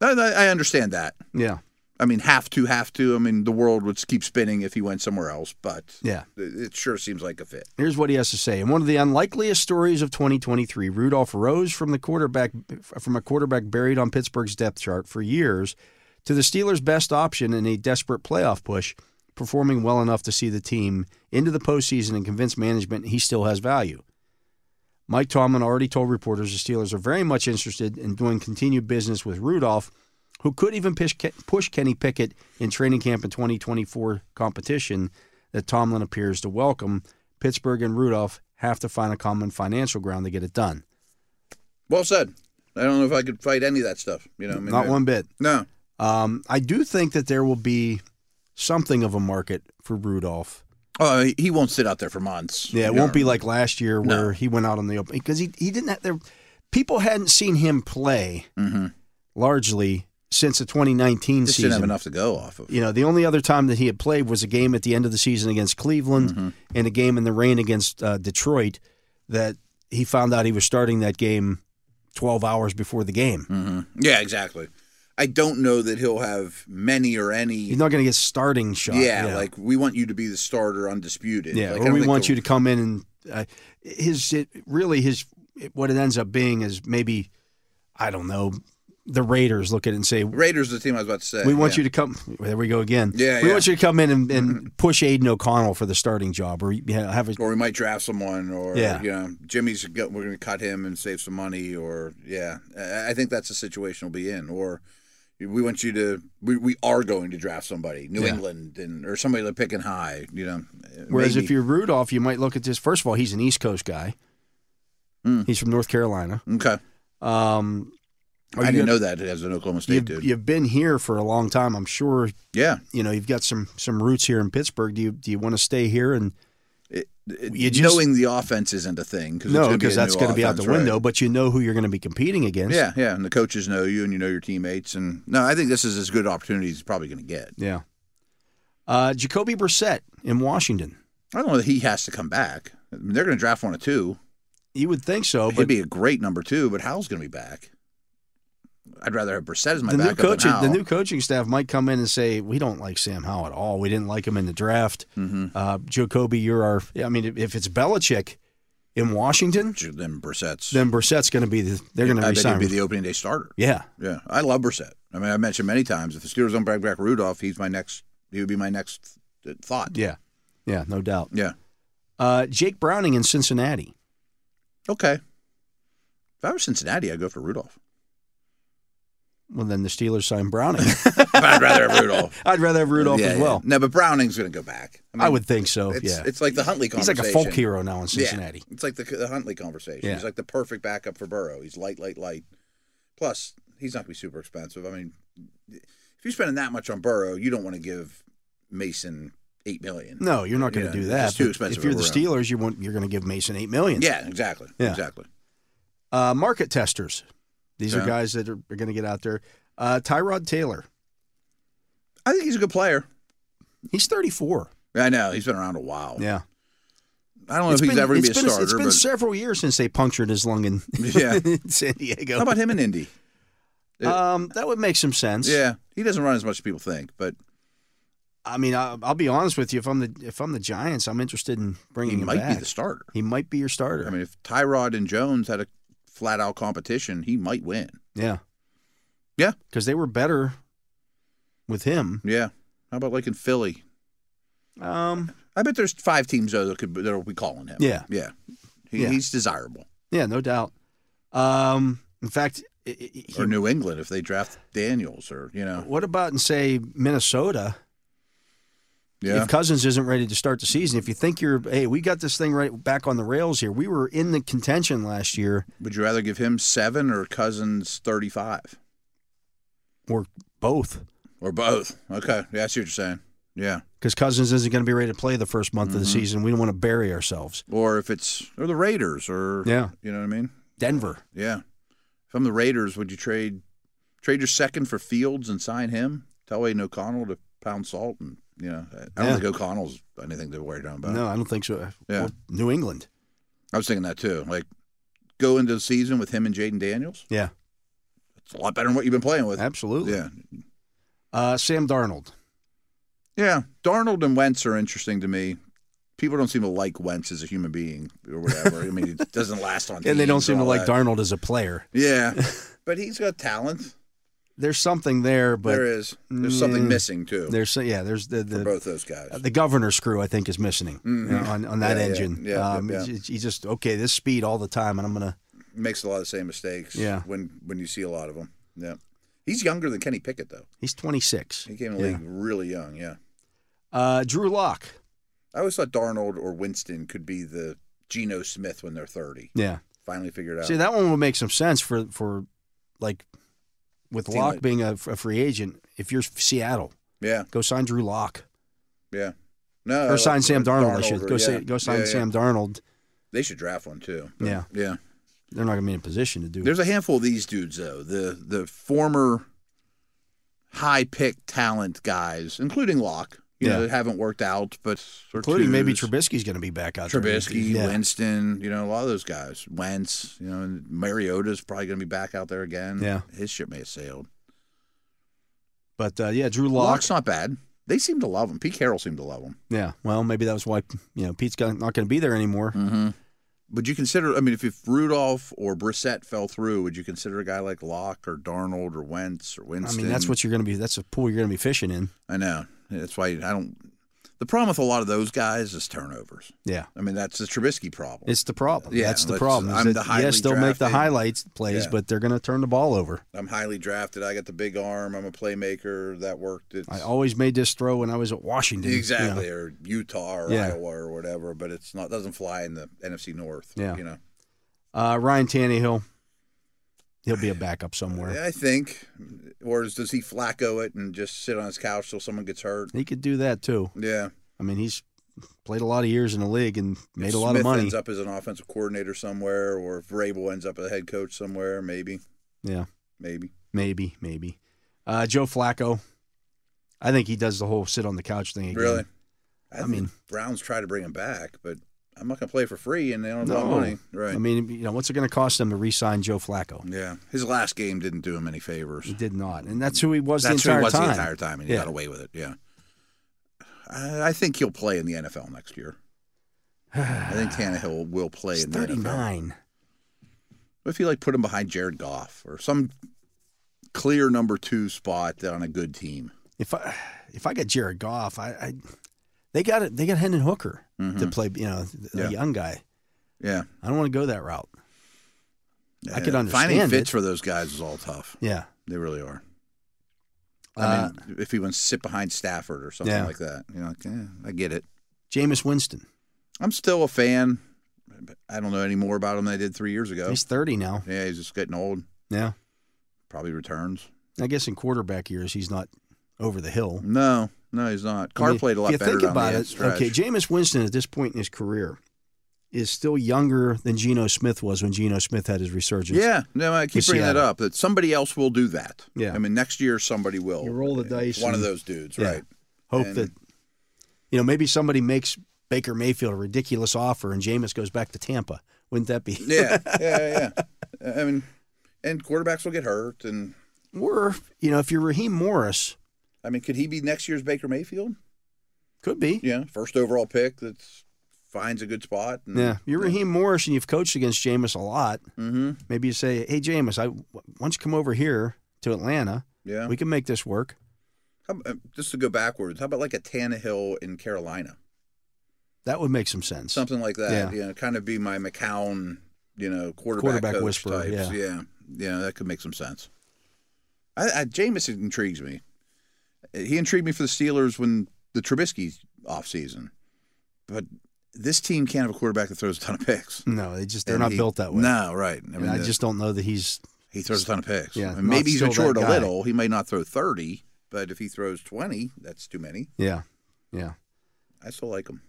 Speaker 2: I, I I understand that.
Speaker 1: Yeah.
Speaker 2: I mean, have to, have to. I mean, the world would keep spinning if he went somewhere else, but
Speaker 1: Yeah.
Speaker 2: it it sure seems like a fit.
Speaker 1: Here's what he has to say. In one of the unlikeliest stories of 2023, Rudolph rose from the quarterback from a quarterback buried on Pittsburgh's depth chart for years to the Steelers' best option in a desperate playoff push, performing well enough to see the team into the postseason and convince management he still has value. Mike Tomlin already told reporters the Steelers are very much interested in doing continued business with Rudolph, who could even push, push Kenny Pickett in training camp in 2024 competition that Tomlin appears to welcome. Pittsburgh and Rudolph have to find a common financial ground to get it done.
Speaker 2: Well said. I don't know if I could fight any of that stuff. You know, I mean,
Speaker 1: Not
Speaker 2: I-
Speaker 1: one bit.
Speaker 2: No,
Speaker 1: Um, I do think that there will be something of a market for Rudolph.
Speaker 2: oh, he- he won't sit out there for months.
Speaker 1: Yeah, it
Speaker 2: You
Speaker 1: won't
Speaker 2: know.
Speaker 1: be like last year
Speaker 2: No.
Speaker 1: where he went out on the open because he he didn't have there. People hadn't seen him play
Speaker 2: Mhm.
Speaker 1: largely since the 2019
Speaker 2: Just didn't have
Speaker 1: season.
Speaker 2: enough to go off of.
Speaker 1: You know, the only other time that he had played was a game at the end of the season against Cleveland
Speaker 2: Mm-hmm.
Speaker 1: and a game in the rain against uh, Detroit. That he found out he was starting that game 12 hours before the game.
Speaker 2: hmm Yeah, exactly. I don't know that he'll have many or any.
Speaker 1: He's not going to get starting shot.
Speaker 2: yeah,
Speaker 1: you know.
Speaker 2: like we want you to be the starter, undisputed.
Speaker 1: Yeah,
Speaker 2: like, I
Speaker 1: or
Speaker 2: don't
Speaker 1: we
Speaker 2: think
Speaker 1: want
Speaker 2: they'll-
Speaker 1: you to come in and uh, his it, really his what it ends up being is maybe I don't know the Raiders look at it and say
Speaker 2: Raiders is the team I was about to say.
Speaker 1: we want
Speaker 2: yeah.
Speaker 1: you to come. There we go again.
Speaker 2: Yeah,
Speaker 1: we
Speaker 2: yeah. Mm-hmm.
Speaker 1: want you to come in and, and push Aiden O'Connell for the starting job or yeah, have a
Speaker 2: or we might draft someone, or
Speaker 1: Yeah.
Speaker 2: you know, Jimmy's go- we're going to cut him and save some money, or yeah, I I think that's the situation we'll be in, or we want you to, we, we are going to draft somebody, New
Speaker 1: Yeah.
Speaker 2: England, and or somebody to pick and high, you know.
Speaker 1: Whereas if
Speaker 2: maybe.
Speaker 1: you're Rudolph, you might look at this. First of all, he's an East Coast guy.
Speaker 2: Mm.
Speaker 1: He's from North Carolina.
Speaker 2: okay,
Speaker 1: Um,
Speaker 2: I didn't know that as an Oklahoma State
Speaker 1: You've,
Speaker 2: dude.
Speaker 1: you've been here for a long time. I'm sure
Speaker 2: yeah,
Speaker 1: you know you've got some some roots here in Pittsburgh. Do you do you want to stay here and
Speaker 2: It- it-
Speaker 1: You just-
Speaker 2: knowing the offense isn't a thing because
Speaker 1: No, because that's
Speaker 2: going
Speaker 1: to be out the window. But you know who you're going to be competing against.
Speaker 2: Yeah, yeah, and the coaches know you, and you know your teammates, and no, I think this is as good an opportunity as he's probably going to get.
Speaker 1: yeah. Uh, Jacoby Brissett in Washington.
Speaker 2: I don't know that he has to come back. I mean, they're going to draft one or two.
Speaker 1: You would think so,
Speaker 2: He'd
Speaker 1: but
Speaker 2: be a great number two, but Howell's going to be back. I'd rather have Brissett as my
Speaker 1: the new
Speaker 2: backup
Speaker 1: coach,
Speaker 2: than Howell.
Speaker 1: the new coaching staff might come in and say, "We don't like Sam Howell at all. We didn't like him in the draft."
Speaker 2: Mhm.
Speaker 1: Uh, Jacoby, you're our. I mean, if- if it's Belichick in Washington,
Speaker 2: Ju- then Brissett's.
Speaker 1: then Brissett's going to be. The, they're going to
Speaker 2: I bet he'd
Speaker 1: resign.
Speaker 2: be the opening day starter.
Speaker 1: yeah,
Speaker 2: Yeah, I love Brissett. I mean, I mentioned many times if the Steelers don't bring back Rudolph, he's my next. He would be my next th- thought.
Speaker 1: yeah, yeah, no doubt.
Speaker 2: Yeah.
Speaker 1: Uh, Jake Browning in Cincinnati.
Speaker 2: Okay. If I was Cincinnati, I'd go for Rudolph.
Speaker 1: Well, then the Steelers sign Browning.
Speaker 2: but I'd rather have Rudolph.
Speaker 1: I'd rather have Rudolph
Speaker 2: Yeah,
Speaker 1: as
Speaker 2: yeah.
Speaker 1: well.
Speaker 2: No, but Browning's going to go back.
Speaker 1: I would think so.
Speaker 2: It's,
Speaker 1: yeah,
Speaker 2: it's like the Huntley
Speaker 1: he's like
Speaker 2: conversation.
Speaker 1: a folk hero now in Cincinnati.
Speaker 2: Yeah, it's like the, the Huntley conversation.
Speaker 1: Yeah.
Speaker 2: He's like the perfect backup for Burrow. He's light, light, light. Plus, he's not going to be super expensive. I mean, if you're spending that much on Burrow, you don't want to give Mason eight million.
Speaker 1: No, you're not going
Speaker 2: Yeah,
Speaker 1: to do
Speaker 2: it's
Speaker 1: that.
Speaker 2: just too
Speaker 1: but
Speaker 2: expensive
Speaker 1: If you're the
Speaker 2: overall.
Speaker 1: Steelers, you want you're going to give Mason eight million.
Speaker 2: Yeah, exactly.
Speaker 1: Yeah.
Speaker 2: Exactly.
Speaker 1: Uh, market testers. These
Speaker 2: Yeah.
Speaker 1: are guys that are, are going to get out there. Uh, Tyrod Taylor.
Speaker 2: I think he's a good player.
Speaker 1: He's 34.
Speaker 2: I know he's been around a while.
Speaker 1: Yeah.
Speaker 2: I don't know if he's ever going to be a
Speaker 1: been,
Speaker 2: starter.
Speaker 1: it's been
Speaker 2: but
Speaker 1: several years since they punctured his lung in,
Speaker 2: Yeah.
Speaker 1: in San Diego.
Speaker 2: how about him in Indy?
Speaker 1: um, that would make some sense.
Speaker 2: Yeah, he doesn't run as much as people think, but
Speaker 1: I mean, I, I'll be honest with you. If I'm the if I'm the Giants, I'm interested in
Speaker 2: he
Speaker 1: bringing him
Speaker 2: might
Speaker 1: back.
Speaker 2: be the starter.
Speaker 1: he might be your starter.
Speaker 2: I mean, if Tyrod and Jones had a flat out competition, he might win.
Speaker 1: yeah.
Speaker 2: Yeah.
Speaker 1: Because they were better with him.
Speaker 2: Yeah. How about like in Philly?
Speaker 1: Um.
Speaker 2: I bet there's five teams though that could that'll be calling him.
Speaker 1: Yeah.
Speaker 2: Yeah. He,
Speaker 1: Yeah.
Speaker 2: He's desirable.
Speaker 1: Yeah, no doubt. Um, in fact, i- i- he-
Speaker 2: Or New England if they draft Daniels or you know.
Speaker 1: what about and say Minnesota?
Speaker 2: Yeah.
Speaker 1: If Cousins isn't ready to start the season, if you think you're, hey, we got this thing right back on the rails here. We were in the contention last year,
Speaker 2: Would you rather give him seven or Cousins thirty five?
Speaker 1: or both,
Speaker 2: Or both. Okay. Yeah, I see what you're saying. Yeah.
Speaker 1: because Cousins isn't going to be ready to play the first month of the
Speaker 2: Mm-hmm.
Speaker 1: season. We don't want to bury ourselves.
Speaker 2: Or if it's or the Raiders or
Speaker 1: Yeah.
Speaker 2: You know what I mean?
Speaker 1: Denver,
Speaker 2: Yeah. If I'm the Raiders, would you trade trade your second for Fields and sign him? Tell Aiden O'Connell to pound salt and you know I don't
Speaker 1: Yeah.
Speaker 2: think O'Connell's anything to worry about.
Speaker 1: no, I don't think so.
Speaker 2: Yeah.
Speaker 1: Or New England,
Speaker 2: I was thinking that too. Like go into the season with him and Jaden Daniels.
Speaker 1: yeah,
Speaker 2: It's a lot better than what you've been playing with.
Speaker 1: absolutely.
Speaker 2: Yeah.
Speaker 1: Uh, Sam Darnold,
Speaker 2: Yeah. Darnold and Wentz are interesting to me. People don't seem to like Wentz as a human being or whatever. I mean, it doesn't last on.
Speaker 1: and they don't
Speaker 2: teams
Speaker 1: seem
Speaker 2: and
Speaker 1: to
Speaker 2: all
Speaker 1: like
Speaker 2: that.
Speaker 1: Darnold as a player.
Speaker 2: Yeah, but he's got talent.
Speaker 1: There's something there, but
Speaker 2: there is. There's something
Speaker 1: Yeah.
Speaker 2: missing too
Speaker 1: there's yeah, there's the,
Speaker 2: for
Speaker 1: the
Speaker 2: both those guys.
Speaker 1: Uh, the governor screw I think is missing
Speaker 2: Mhm.
Speaker 1: you know, on, on that
Speaker 2: Yeah, yeah,
Speaker 1: engine. Um,
Speaker 2: yeah, yeah, yeah.
Speaker 1: it's- it's- You just okay, this speed all the time, and I'm gonna
Speaker 2: makes a lot of the same mistakes.
Speaker 1: Yeah.
Speaker 2: When when you see a lot of them. Yeah. He's younger than Kenny Pickett though.
Speaker 1: he's 26.
Speaker 2: He came in the
Speaker 1: Yeah.
Speaker 2: league really young. Yeah.
Speaker 1: Uh, Drew Lock,
Speaker 2: I always thought Darnold or Winston could be the Geno Smith when they're thirty.
Speaker 1: yeah.
Speaker 2: Finally figured out.
Speaker 1: See that one would make some sense for for like with
Speaker 2: Seems
Speaker 1: Locke
Speaker 2: like-
Speaker 1: being a, a free agent, if you're Seattle,
Speaker 2: Yeah,
Speaker 1: go sign Drew Locke
Speaker 2: yeah. No, I
Speaker 1: or
Speaker 2: like
Speaker 1: sign Sam Darnold. I
Speaker 2: Uh, Darnold,
Speaker 1: should
Speaker 2: or-
Speaker 1: go say,
Speaker 2: yeah.
Speaker 1: go sign
Speaker 2: Yeah, yeah.
Speaker 1: Sam Darnold.
Speaker 2: They should draft one too. But,
Speaker 1: Yeah.
Speaker 2: yeah.
Speaker 1: They're not going to be in a position to do.
Speaker 2: There's a handful of these dudes though. The the former high pick talent guys, including Locke, you know,
Speaker 1: Yeah.
Speaker 2: that haven't worked out, but
Speaker 1: including maybe
Speaker 2: Ortiz,
Speaker 1: Trubisky's going to be back out there.
Speaker 2: Trubisky,
Speaker 1: Yeah.
Speaker 2: Winston, you know, a lot of those guys. Wentz, you know, and Mariota's probably going to be back out there again.
Speaker 1: Yeah.
Speaker 2: His ship may have sailed.
Speaker 1: But uh, yeah, Drew Locke.
Speaker 2: Locke's not bad. They seem to love him. Pete Carroll seemed to love him.
Speaker 1: Yeah. Well, maybe that was why you know Pete's gonna, not going to be there anymore.
Speaker 2: Mm-hmm. Would you consider, I mean, if, if Rudolph or Brissett fell through, would you consider a guy like Locke or Darnold or Wentz or
Speaker 1: I
Speaker 2: Winston?
Speaker 1: mean, that's what you're going to be. That's a pool you're going to be fishing in.
Speaker 2: I know. That's why I don't. The problem with a lot of those guys is turnovers.
Speaker 1: Yeah.
Speaker 2: I mean, that's the Trubisky problem.
Speaker 1: It's the problem.
Speaker 2: Yeah,
Speaker 1: that's the
Speaker 2: let's-
Speaker 1: problem. is
Speaker 2: I'm
Speaker 1: that,
Speaker 2: the highly
Speaker 1: yes, they'll make the
Speaker 2: drafted-
Speaker 1: highlights plays,
Speaker 2: Yeah.
Speaker 1: but they're going to turn the ball over.
Speaker 2: I'm highly drafted. I got the big arm. I'm a playmaker. That worked. It's,
Speaker 1: I always made this throw when I was at Washington. you know.
Speaker 2: exactly, or Utah or
Speaker 1: Yeah.
Speaker 2: Iowa or whatever. But it's not doesn't fly in the NFC North.
Speaker 1: Yeah.
Speaker 2: you know.
Speaker 1: Uh, Ryan Tannehill, he'll be a backup somewhere.
Speaker 2: I think, or is, does he flacco it and just sit on his couch till someone gets hurt?
Speaker 1: He could do that too.
Speaker 2: Yeah,
Speaker 1: I mean, he's played a lot of years in the league and made
Speaker 2: If
Speaker 1: a lot
Speaker 2: Smith
Speaker 1: of money.
Speaker 2: Ends up as an offensive coordinator somewhere, or if Rabel ends up as a head coach somewhere, maybe,
Speaker 1: Yeah,
Speaker 2: maybe.
Speaker 1: maybe, maybe. Uh, Joe Flacco, I think he does the whole sit on the couch thing again.
Speaker 2: Really, I, think
Speaker 1: mean-
Speaker 2: Browns try to bring him back, but I'm not going to play for free, and they don't have a lot of
Speaker 1: No.
Speaker 2: money, right?
Speaker 1: I mean, you know, what's it going to cost them to re-sign Joe Flacco?
Speaker 2: yeah, his last game didn't do him any favors.
Speaker 1: He did not, and that's who he was
Speaker 2: That's
Speaker 1: the
Speaker 2: who
Speaker 1: entire
Speaker 2: he was
Speaker 1: time.
Speaker 2: the entire time, and he
Speaker 1: Yeah.
Speaker 2: got away with it. Yeah, I, I think he'll play in the NFL next year. I think Tannehill will play
Speaker 1: He's
Speaker 2: in the NFL.
Speaker 1: 39.
Speaker 2: What if you like put him behind Jared Goff or some clear number two spot on a good team?
Speaker 1: If I if I got Jared Goff, I, I they got it. They got Hendon Hooker to play. You know, a
Speaker 2: Mm-hmm. Yeah.
Speaker 1: young guy.
Speaker 2: Yeah,
Speaker 1: I don't want to go that route. I could
Speaker 2: Yeah. Finding
Speaker 1: understand
Speaker 2: fits
Speaker 1: it.
Speaker 2: for those guys is all tough.
Speaker 1: Yeah.
Speaker 2: They really are. I
Speaker 1: Uh,
Speaker 2: mean, if he wants to sit behind Stafford or something
Speaker 1: Yeah.
Speaker 2: like that, you know, like, eh, I get it.
Speaker 1: Jameis Winston.
Speaker 2: I'm still a fan. But I don't know any more about him than I did three years ago.
Speaker 1: He's 30 now.
Speaker 2: yeah, he's just getting old.
Speaker 1: Yeah.
Speaker 2: Probably returns.
Speaker 1: I guess in quarterback years, he's not over the hill.
Speaker 2: No, no, he's not. Carr
Speaker 1: I mean,
Speaker 2: played a lot
Speaker 1: if you
Speaker 2: better
Speaker 1: think
Speaker 2: down
Speaker 1: about
Speaker 2: the
Speaker 1: it,
Speaker 2: end stretch.
Speaker 1: okay, Jameis Winston at this point in his career is still younger than Geno Smith was when Geno Smith had his resurgence.
Speaker 2: yeah, no, I keep
Speaker 1: with
Speaker 2: bringing that
Speaker 1: Seattle.
Speaker 2: up. That somebody else will do that.
Speaker 1: Yeah.
Speaker 2: I mean, next year somebody will.
Speaker 1: You roll the dice
Speaker 2: One of
Speaker 1: and-
Speaker 2: those dudes,
Speaker 1: Yeah.
Speaker 2: right?
Speaker 1: Hope
Speaker 2: And-
Speaker 1: that, you know, maybe somebody makes Baker Mayfield a ridiculous offer and Jameis goes back to Tampa. Wouldn't that be?
Speaker 2: Yeah, yeah, yeah. I mean, and quarterbacks will get hurt, and
Speaker 1: Or, you know, if you're Raheem Morris,
Speaker 2: I mean, could he be next year's Baker Mayfield?
Speaker 1: could be.
Speaker 2: Yeah, first overall pick that finds a good spot. And,
Speaker 1: Yeah. You're Raheem Morris and you've coached against Jameis a lot.
Speaker 2: Mm-hmm.
Speaker 1: Maybe you say, hey, Jameis, I, why don't you come over here to Atlanta?
Speaker 2: Yeah.
Speaker 1: We can make this work.
Speaker 2: How, uh, just to go backwards, how about like a Tannehill in Carolina,
Speaker 1: That would make some sense.
Speaker 2: something like that?
Speaker 1: Yeah.
Speaker 2: You know, kind of be my McCown, you know, quarterback,
Speaker 1: Quarterback
Speaker 2: coach
Speaker 1: whisperer, yeah.
Speaker 2: types. yeah, Yeah, That could make some sense. I, I Jameis intrigues me. He intrigued me for the Steelers when the Trubisky offseason. but this team can't have a quarterback that throws a ton of picks.
Speaker 1: No, they just they're
Speaker 2: And
Speaker 1: not
Speaker 2: he-
Speaker 1: built that way.
Speaker 2: No, right. I mean,
Speaker 1: and I
Speaker 2: the-
Speaker 1: just don't know that he's
Speaker 2: He throws a ton of picks.
Speaker 1: Yeah,
Speaker 2: And
Speaker 1: not
Speaker 2: maybe he's
Speaker 1: still
Speaker 2: matured
Speaker 1: that
Speaker 2: a
Speaker 1: guy.
Speaker 2: little. He may not throw 30, but if he throws 20, that's too many.
Speaker 1: yeah, yeah.
Speaker 2: I still like him.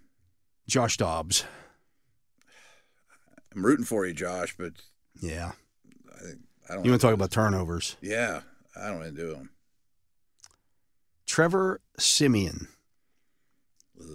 Speaker 1: Josh Dobbs,
Speaker 2: I'm rooting for you, Josh, but
Speaker 1: yeah.
Speaker 2: I don't.
Speaker 1: You want to talk about turnovers?
Speaker 2: Yeah, I don't into him.
Speaker 1: Trevor Simeon.
Speaker 2: Ugh.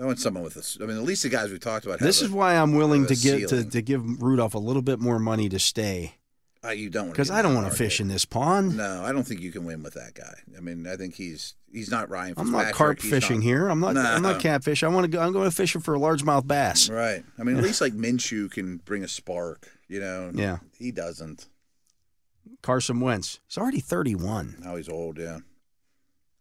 Speaker 2: I want someone with this. I mean, at least the guys we talked about. have
Speaker 1: This
Speaker 2: a-
Speaker 1: is why I'm willing
Speaker 2: have a
Speaker 1: to get to,
Speaker 2: ceiling.
Speaker 1: to give Rudolph a little bit more money to stay
Speaker 2: I, you don't want
Speaker 1: because I don't want to fish in this pond.
Speaker 2: No, I don't think you can win with that guy. I mean, I think he's he's not Ryan.
Speaker 1: I'm not
Speaker 2: Fitzpatrick.
Speaker 1: carp
Speaker 2: He's
Speaker 1: fishing here. I'm not. I'm
Speaker 2: No.
Speaker 1: not catfish. I want to go. I'm going fishing for a largemouth bass.
Speaker 2: Right. I mean, at least like Minshew can bring a spark. You know.
Speaker 1: Yeah.
Speaker 2: He doesn't.
Speaker 1: Carson Wentz. He's already 31.
Speaker 2: Now he's old. Yeah.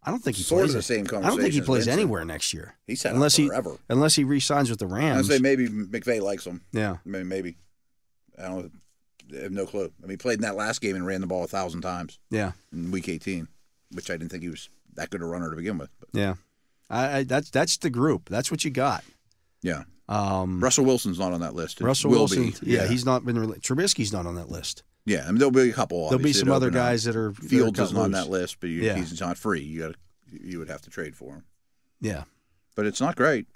Speaker 1: I don't think he
Speaker 2: Sort of
Speaker 1: plays.
Speaker 2: the
Speaker 1: it.
Speaker 2: same
Speaker 1: I don't think
Speaker 2: conversation
Speaker 1: he
Speaker 2: as
Speaker 1: plays
Speaker 2: Vincent.
Speaker 1: anywhere next year
Speaker 2: He said
Speaker 1: unless he
Speaker 2: forever.
Speaker 1: unless he re-signs with the
Speaker 2: I
Speaker 1: Rams.
Speaker 2: say maybe McVay likes him.
Speaker 1: yeah.
Speaker 2: Maybe, maybe. I don't. I have no clue. I mean, he played in that last game and ran the ball a thousand times
Speaker 1: Yeah.
Speaker 2: in Week 18, which I didn't think he was that good a runner to begin with. But
Speaker 1: Yeah, I, I that's that's the group. That's what you got.
Speaker 2: yeah,
Speaker 1: Um,
Speaker 2: Russell Wilson's not on that list. It
Speaker 1: Russell
Speaker 2: will
Speaker 1: Wilson.
Speaker 2: be.
Speaker 1: Yeah, he's not been. Rela- Trubisky's not on that list.
Speaker 2: Yeah, I mean, there'll be a couple.
Speaker 1: There'll be
Speaker 2: obviously,
Speaker 1: some
Speaker 2: to
Speaker 1: other
Speaker 2: open up.
Speaker 1: guys that are that are
Speaker 2: Fields
Speaker 1: cut
Speaker 2: isn't on
Speaker 1: loose.
Speaker 2: that list, but you,
Speaker 1: Yeah.
Speaker 2: he's not free. You got you would have to trade for him.
Speaker 1: Yeah.
Speaker 2: But it's not great.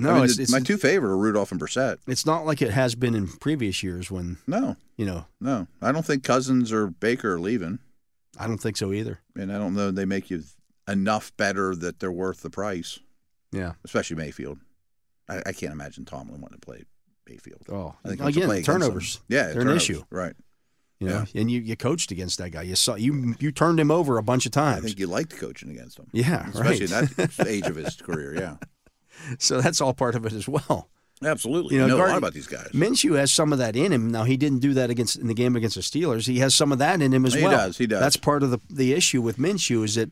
Speaker 1: No,
Speaker 2: I mean,
Speaker 1: it's,
Speaker 2: the-
Speaker 1: it's,
Speaker 2: my two favorite are Rudolph and Brissett.
Speaker 1: it's not like it has been in previous years when,
Speaker 2: No,
Speaker 1: you know,
Speaker 2: no, I don't think Cousins or Baker are leaving,
Speaker 1: I don't think so either.
Speaker 2: and I don't know they make you enough better that they're worth the price,
Speaker 1: Yeah.
Speaker 2: especially Mayfield. I, I can't imagine Tomlin wanting to play Mayfield.
Speaker 1: Oh,
Speaker 2: I think
Speaker 1: again,
Speaker 2: play against him-
Speaker 1: turnovers.
Speaker 2: Yeah,
Speaker 1: They're an
Speaker 2: turnovers,
Speaker 1: issue.
Speaker 2: right?
Speaker 1: You know, and you, you coached against that guy. You saw you you turned him over a bunch of
Speaker 2: I
Speaker 1: times.
Speaker 2: think you liked coaching against him,
Speaker 1: yeah,
Speaker 2: especially
Speaker 1: right.
Speaker 2: in that age of his career. Yeah,
Speaker 1: so that's all part of it as well.
Speaker 2: absolutely.
Speaker 1: You know,
Speaker 2: know a
Speaker 1: Gardner-
Speaker 2: lot about these guys.
Speaker 1: Minshew has some of that in him. Now he didn't do that against in the game against the Steelers. He has some of that in him as
Speaker 2: He
Speaker 1: well.
Speaker 2: does, he does.
Speaker 1: That's part of the the issue with Minshew is that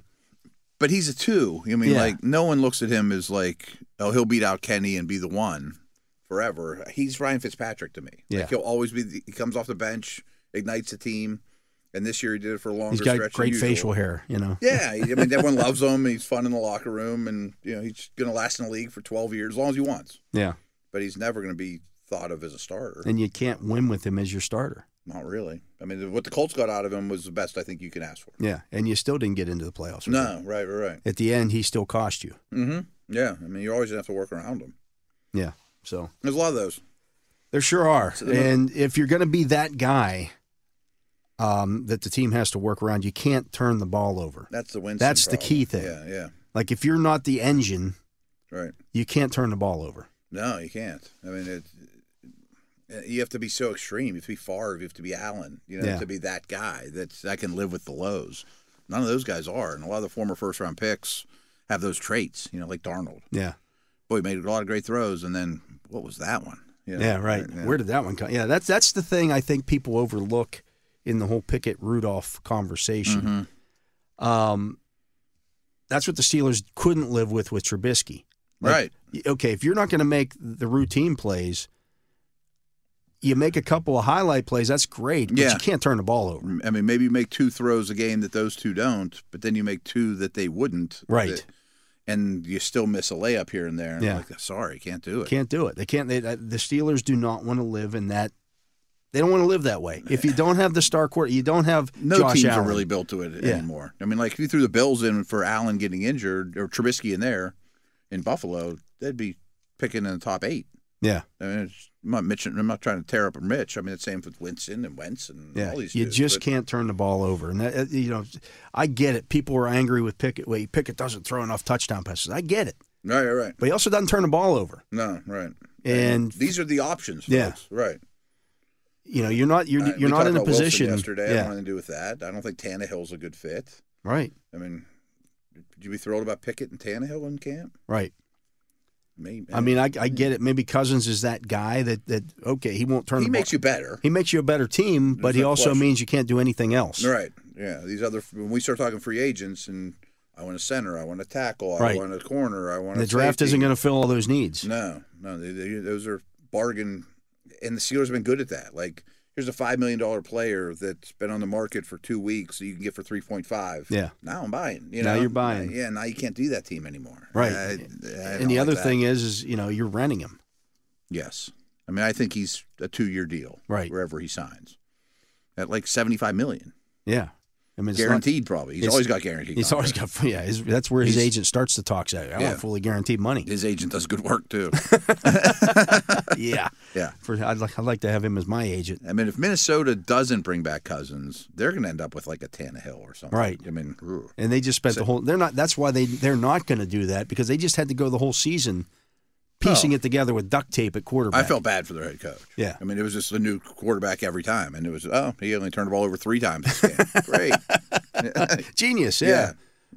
Speaker 2: But he's a two. I mean,
Speaker 1: Yeah.
Speaker 2: like no one looks at him as like, oh, he'll beat out Kenny and be the one forever. He's Ryan Fitzpatrick to me.
Speaker 1: Yeah.
Speaker 2: Like he'll always be. The, he comes off the bench, ignites the team, and this year he did it for a longer.
Speaker 1: he's got
Speaker 2: stretch than
Speaker 1: great
Speaker 2: usual.
Speaker 1: facial hair. You know.
Speaker 2: Yeah, I mean everyone loves him. He's fun in the locker room, and you know he's going to last in the league for twelve years as long as he wants.
Speaker 1: Yeah.
Speaker 2: But he's never going to be thought of as a starter.
Speaker 1: And you can't win with him as your starter.
Speaker 2: Not really. I mean, what the Colts got out of him was the best I think you can ask for.
Speaker 1: Yeah, and you still didn't get into the playoffs. with him.
Speaker 2: No, right, right, right.
Speaker 1: At the end, he still cost you.
Speaker 2: Mm-hmm. Yeah, I mean, you're always going to have to work around him.
Speaker 1: Yeah. So
Speaker 2: There's a lot of those.
Speaker 1: There sure are.
Speaker 2: So they're not-
Speaker 1: And if you're going to be that guy um, that the team has to work around, you can't turn the ball over.
Speaker 2: That's the Winston.
Speaker 1: That's the
Speaker 2: problem.
Speaker 1: key thing.
Speaker 2: Yeah, yeah,
Speaker 1: Like if you're not the engine,
Speaker 2: right.
Speaker 1: you can't turn the ball over.
Speaker 2: No, you can't. I mean, it, you have to be so extreme. You have to be Favre. You have to be Allen. You know,
Speaker 1: Yeah.
Speaker 2: to be that guy that's that can live with the lows. None of those guys are, and a lot of the former first round picks have those traits. You know, like Darnold.
Speaker 1: Yeah.
Speaker 2: Boy, he made a lot of great throws, and then what was that one? You know,
Speaker 1: Yeah, right.
Speaker 2: yeah.
Speaker 1: Where did that one come? Yeah, that's that's the thing I think people overlook in the whole Pickett Rudolph conversation.
Speaker 2: Mhm.
Speaker 1: Um, that's what the Steelers couldn't live with with Trubisky.
Speaker 2: right.
Speaker 1: okay, if you're not going to make the routine plays, you make a couple of highlight plays. That's great, but
Speaker 2: Yeah.
Speaker 1: you can't turn the ball over.
Speaker 2: I mean, maybe you make two throws a game that those two don't, but then you make two that they wouldn't.
Speaker 1: Right.
Speaker 2: that- and you still miss a layup here and there. And
Speaker 1: Yeah.
Speaker 2: Like, sorry, can't do it.
Speaker 1: Can't do it. They can't. They, the Steelers do not want to live in that. They don't want to live that way. If you don't have the star quarter, you don't have
Speaker 2: no
Speaker 1: Josh
Speaker 2: teams
Speaker 1: Allen.
Speaker 2: are really built to it
Speaker 1: Yeah.
Speaker 2: anymore. I mean, like if you threw the Bills in for Allen getting injured or Trubisky in there in Buffalo, they'd be picking in the top eight.
Speaker 1: yeah,
Speaker 2: I mean, it's, I'm not Mitch, I'm not trying to tear up Mitch. I mean, it's same with Winston and Wentz and
Speaker 1: yeah.
Speaker 2: all these.
Speaker 1: You
Speaker 2: dudes,
Speaker 1: just
Speaker 2: but
Speaker 1: can't turn the ball over, and that, uh, you know, I get it. People are angry with Pickett. Wait, Pickett doesn't throw enough touchdown passes. I get it,
Speaker 2: Right, right, right.
Speaker 1: but he also doesn't turn the ball over.
Speaker 2: No, right.
Speaker 1: And-
Speaker 2: these are the options. Folks.
Speaker 1: Yeah.
Speaker 2: right.
Speaker 1: You know, you're not you're
Speaker 2: I-
Speaker 1: you're
Speaker 2: Uh, we
Speaker 1: not
Speaker 2: talked
Speaker 1: in a
Speaker 2: about Wilson
Speaker 1: position.
Speaker 2: yesterday, I had
Speaker 1: yeah,
Speaker 2: nothing to do with that. I don't think Tannehill's a good fit.
Speaker 1: right,
Speaker 2: I mean, would you be thrilled about Pickett and Tannehill in camp?
Speaker 1: right.
Speaker 2: Maybe.
Speaker 1: I mean, I, I get it. Maybe Cousins is that guy that that okay, he won't turn.
Speaker 2: he
Speaker 1: the
Speaker 2: makes
Speaker 1: ball.
Speaker 2: you better.
Speaker 1: he makes you a better team, but
Speaker 2: There's
Speaker 1: he
Speaker 2: no
Speaker 1: also
Speaker 2: question.
Speaker 1: means you can't do anything else.
Speaker 2: Right. Yeah. These other when we start talking free agents and I want a center, I want a tackle, I
Speaker 1: Right.
Speaker 2: want a corner, I want
Speaker 1: And the
Speaker 2: a
Speaker 1: draft
Speaker 2: safety.
Speaker 1: isn't going to fill all those needs.
Speaker 2: No, no, they, they, those are bargain, and the Steelers have been good at that. Like here's a five million dollar player that's been on the market for two weeks that you can get for three point five.
Speaker 1: Yeah.
Speaker 2: Now I'm buying. You
Speaker 1: Now
Speaker 2: know?
Speaker 1: you're buying.
Speaker 2: Yeah. Now you can't do that team anymore.
Speaker 1: Right.
Speaker 2: I- I
Speaker 1: and
Speaker 2: don't
Speaker 1: the
Speaker 2: like
Speaker 1: other
Speaker 2: that.
Speaker 1: thing is, is you know, you're renting him.
Speaker 2: Yes. I mean, I think he's a two-year deal,
Speaker 1: Right.
Speaker 2: Wherever he signs, at like seventy-five million,
Speaker 1: Yeah, I mean, it's not-
Speaker 2: guaranteed. probably he's
Speaker 1: it's-
Speaker 2: always got guaranteed.
Speaker 1: he's always
Speaker 2: contracts.
Speaker 1: got yeah. His, that's where his
Speaker 2: He's-
Speaker 1: agent starts to talk. Say, I
Speaker 2: Yeah.
Speaker 1: want fully guaranteed money.
Speaker 2: His agent does good work too.
Speaker 1: yeah,
Speaker 2: yeah.
Speaker 1: for I'd like I'd like to have him as my agent.
Speaker 2: I mean, if Minnesota doesn't bring back Cousins, they're going to end up with like a Tannehill or something.
Speaker 1: Right.
Speaker 2: I mean, ugh.
Speaker 1: And they just spent the whole. They're not. That's why they they're not going to do that because they just had to go the whole season piecing
Speaker 2: Oh.
Speaker 1: it together with duct tape at quarterback.
Speaker 2: I felt bad for their head coach.
Speaker 1: Yeah.
Speaker 2: I mean, it was just a new quarterback every time, and it was oh, he only turned the ball over three times this game. Great.
Speaker 1: genius. Yeah.
Speaker 2: Yeah.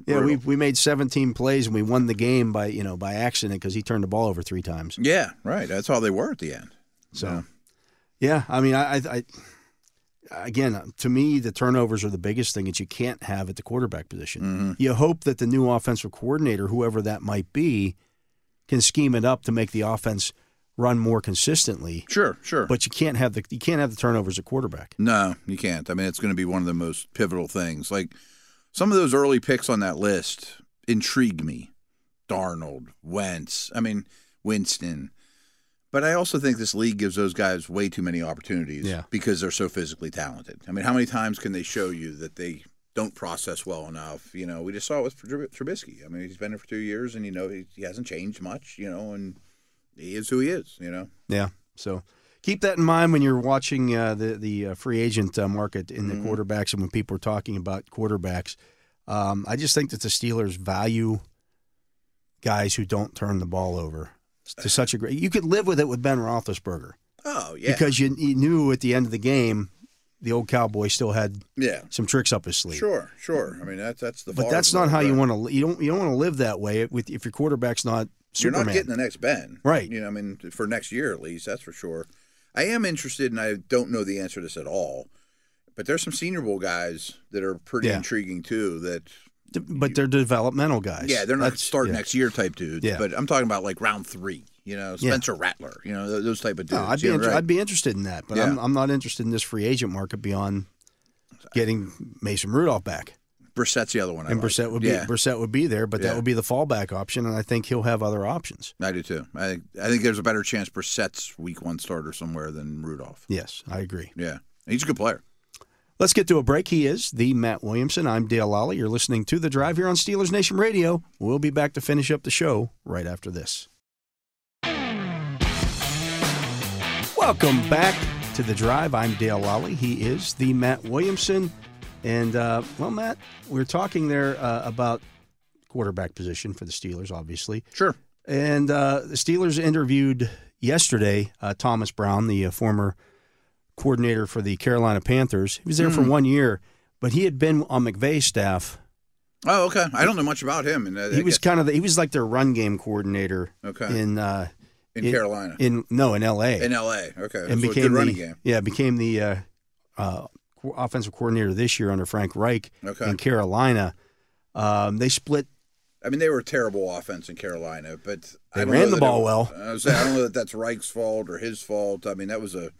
Speaker 1: Yeah, we,
Speaker 2: Brutal.
Speaker 1: we made 17 plays and we won the game by you know by accident because he turned the ball over three times.
Speaker 2: yeah. Right. That's how they were at the end.
Speaker 1: So, yeah, I mean, I, I, I again, uh, to me, the turnovers are the biggest thing that you can't have at the quarterback position. You hope that the new offensive coordinator, whoever that might be, can scheme it up to make the offense run more consistently.
Speaker 2: Sure. Sure.
Speaker 1: But you can't have the you can't have the turnovers at quarterback.
Speaker 2: No, you can't. I mean, it's going to be one of the most pivotal things. Like some of those early picks on that list intrigue me. Darnold, Wentz, I mean, Winston. But I also think this league gives those guys way too many opportunities
Speaker 1: Yeah.
Speaker 2: because they're so physically talented. I mean, how many times can they show you that they don't process well enough? You know, we just saw it with Tr- Trubisky. I mean, he's been there for two years, and you know he, he hasn't changed much. You know, and he is who he is. You know,
Speaker 1: Yeah. So keep that in mind when you're watching uh, the the uh, free agent uh, market in the
Speaker 2: Mm-hmm.
Speaker 1: quarterbacks and when people are talking about quarterbacks. Um, I just think that the Steelers value guys who don't turn the ball over to such a great. You could live with it with Ben Roethlisberger
Speaker 2: oh yeah,
Speaker 1: because you, you knew at the end of the game the old cowboy still had
Speaker 2: yeah,
Speaker 1: some tricks up his sleeve.
Speaker 2: sure, sure. I mean, that's that's the.
Speaker 1: But
Speaker 2: bar
Speaker 1: that's
Speaker 2: for
Speaker 1: not
Speaker 2: it,
Speaker 1: how you
Speaker 2: right?
Speaker 1: want to. You don't. You don't want to live that way. With if your quarterback's not Superman.
Speaker 2: You're not getting the next Ben.
Speaker 1: Right.
Speaker 2: You know, I mean, for next year at least, that's for sure. I am interested, and I don't know the answer to this at all, but there's some Senior Bowl guys that are pretty
Speaker 1: Yeah.
Speaker 2: intriguing too. That,
Speaker 1: D- but they're developmental guys.
Speaker 2: yeah, they're not
Speaker 1: That's-
Speaker 2: start
Speaker 1: yeah.
Speaker 2: next year type dudes,
Speaker 1: Yeah.
Speaker 2: but I'm talking about like round three, you know,
Speaker 1: Yeah.
Speaker 2: Spencer Rattler, you know, th- those type of dudes.
Speaker 1: No, I'd be
Speaker 2: yeah,
Speaker 1: inter-
Speaker 2: right.
Speaker 1: I'd be interested in that, but I'm,
Speaker 2: Yeah.
Speaker 1: I'm not interested in this free agent market beyond getting Mason Rudolph back.
Speaker 2: Brissett's the other one. I
Speaker 1: And
Speaker 2: like.
Speaker 1: Brissett would be
Speaker 2: Yeah,
Speaker 1: Brissett would be there, but
Speaker 2: Yeah.
Speaker 1: that would be the fallback option, and I think he'll have other options.
Speaker 2: I do too. I think I think there's a better chance Brissett's week one starter somewhere than Rudolph.
Speaker 1: Yes, I agree.
Speaker 2: Yeah, And he's a good player.
Speaker 1: Let's get to a break. He is the Matt Williamson. I'm Dale Lally. You're listening to the Drive here on Steelers Nation Radio. We'll be back to finish up the show right after this. Welcome back to the Drive. I'm Dale Lally. He is the Matt Williamson, and uh, well, Matt, we are talking there uh, about quarterback position for the Steelers, obviously,
Speaker 2: Sure.
Speaker 1: and uh, the Steelers interviewed yesterday uh, Thomas Brown, the uh, former coordinator for the Carolina Panthers. He was there
Speaker 2: Hmm.
Speaker 1: for one year, but he had been on McVay's staff.
Speaker 2: Oh, okay. I don't know much about him. And I- I
Speaker 1: He was
Speaker 2: guess-
Speaker 1: kind of the, he was like their run game coordinator
Speaker 2: okay
Speaker 1: in uh,
Speaker 2: in,
Speaker 1: in-
Speaker 2: Carolina.
Speaker 1: in no in L.A.
Speaker 2: In L.A. Okay,
Speaker 1: and
Speaker 2: so a
Speaker 1: became
Speaker 2: good running
Speaker 1: the,
Speaker 2: game.
Speaker 1: yeah became the uh, uh, co- offensive coordinator this year under Frank Reich
Speaker 2: Okay,
Speaker 1: in Carolina. Um, they split.
Speaker 2: I mean they were a terrible offense in Carolina, but
Speaker 1: They
Speaker 2: I don't
Speaker 1: ran
Speaker 2: know
Speaker 1: the
Speaker 2: that
Speaker 1: ball
Speaker 2: it-
Speaker 1: well.
Speaker 2: I, was saying, I don't know that that's Reich's fault or his fault. I mean that was a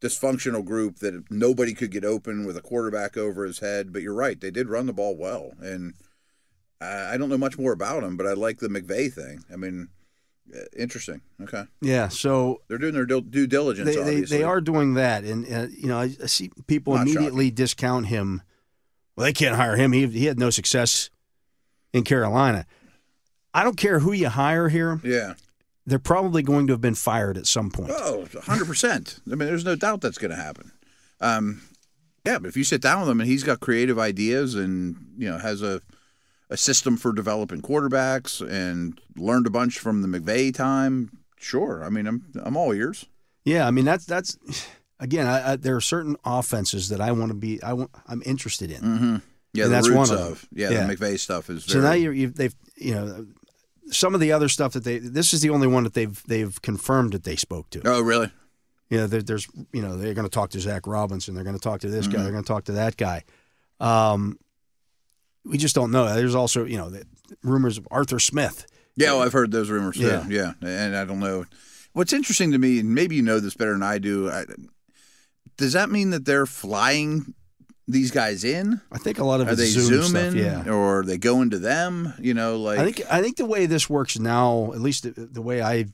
Speaker 2: dysfunctional group that nobody could get open with a quarterback over his head. But you're right, they did run the ball well, and I, I don't know much more about him, but I like the McVay thing. I mean, uh, interesting. Okay,
Speaker 1: Yeah, so
Speaker 2: they're doing their dil- due diligence.
Speaker 1: they, they,
Speaker 2: obviously.
Speaker 1: they are doing that, and uh, you know I, I see people
Speaker 2: Not
Speaker 1: immediately discount him. Well, they can't hire him. He he had no success in Carolina. I don't care who you hire here;
Speaker 2: Yeah.
Speaker 1: they're probably going to have been fired at some point.
Speaker 2: Oh, 100%. I mean, there's no doubt that's going to happen. Um, yeah, but if you sit down with him and he's got creative ideas and, you know, has a, a system for developing quarterbacks and learned a bunch from the McVay time, sure. I mean, I'm I'm all ears.
Speaker 1: Yeah, I mean that's that's again. I, I, there are certain offenses that I want to be. I want. I'm interested in.
Speaker 2: Mm-hmm. Yeah,
Speaker 1: And
Speaker 2: the
Speaker 1: that's
Speaker 2: roots
Speaker 1: one of
Speaker 2: of,
Speaker 1: them.
Speaker 2: Yeah,
Speaker 1: Yeah.
Speaker 2: the McVay stuff is
Speaker 1: So
Speaker 2: very.
Speaker 1: now you you've, they've you know some of the other stuff that they. This is the only one that they've they've confirmed that they spoke to.
Speaker 2: oh, really?
Speaker 1: you know, there, there's, you know, they're going to talk to Zach Robinson. They're going to talk to this
Speaker 2: Mm-hmm.
Speaker 1: guy. They're going to talk to that guy. Um, we just don't know. There's also, you know, the rumors of Arthur Smith.
Speaker 2: Yeah, well, I've heard those rumors too.
Speaker 1: Yeah.
Speaker 2: Yeah. and I don't know. What's interesting to me, and maybe you know this better than I do. I, does that mean that they're flying these guys in?
Speaker 1: I think a lot of
Speaker 2: are
Speaker 1: it's
Speaker 2: they
Speaker 1: Zoom
Speaker 2: zooming
Speaker 1: stuff. Yeah.
Speaker 2: or are they going to them you know like
Speaker 1: I think I think the way this works now, at least the, the way I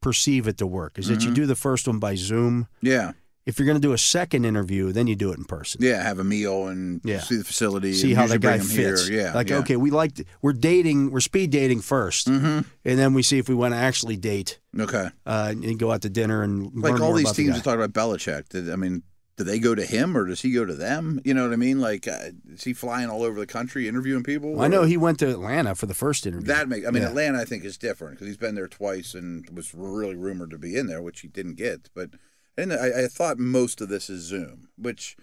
Speaker 1: perceive it to work, is that
Speaker 2: Mm-hmm.
Speaker 1: you do the first one by Zoom.
Speaker 2: yeah
Speaker 1: If you're going to do a second interview, then you do it in person.
Speaker 2: yeah have a meal and
Speaker 1: Yeah.
Speaker 2: see the facility
Speaker 1: See
Speaker 2: and
Speaker 1: how
Speaker 2: usually
Speaker 1: that guy
Speaker 2: bring 'em here.
Speaker 1: fits.
Speaker 2: yeah
Speaker 1: like
Speaker 2: yeah.
Speaker 1: okay, we like we're dating, we're speed dating 1st
Speaker 2: Mhm.
Speaker 1: and then we see if we want to actually date
Speaker 2: okay
Speaker 1: uh, and go out to dinner and
Speaker 2: like
Speaker 1: learn
Speaker 2: all
Speaker 1: more
Speaker 2: these
Speaker 1: about the
Speaker 2: teams
Speaker 1: guy.
Speaker 2: that talk about Belichick did, I mean do they go to him or does he go to them you know what I mean like uh, is he flying all over the country interviewing people
Speaker 1: Well, I know
Speaker 2: or-
Speaker 1: he went to Atlanta for the first interview.
Speaker 2: that make I mean
Speaker 1: Yeah.
Speaker 2: Atlanta I think is different because he's been there twice and was really rumored to be in there which he didn't get but and I, I thought most of this is Zoom which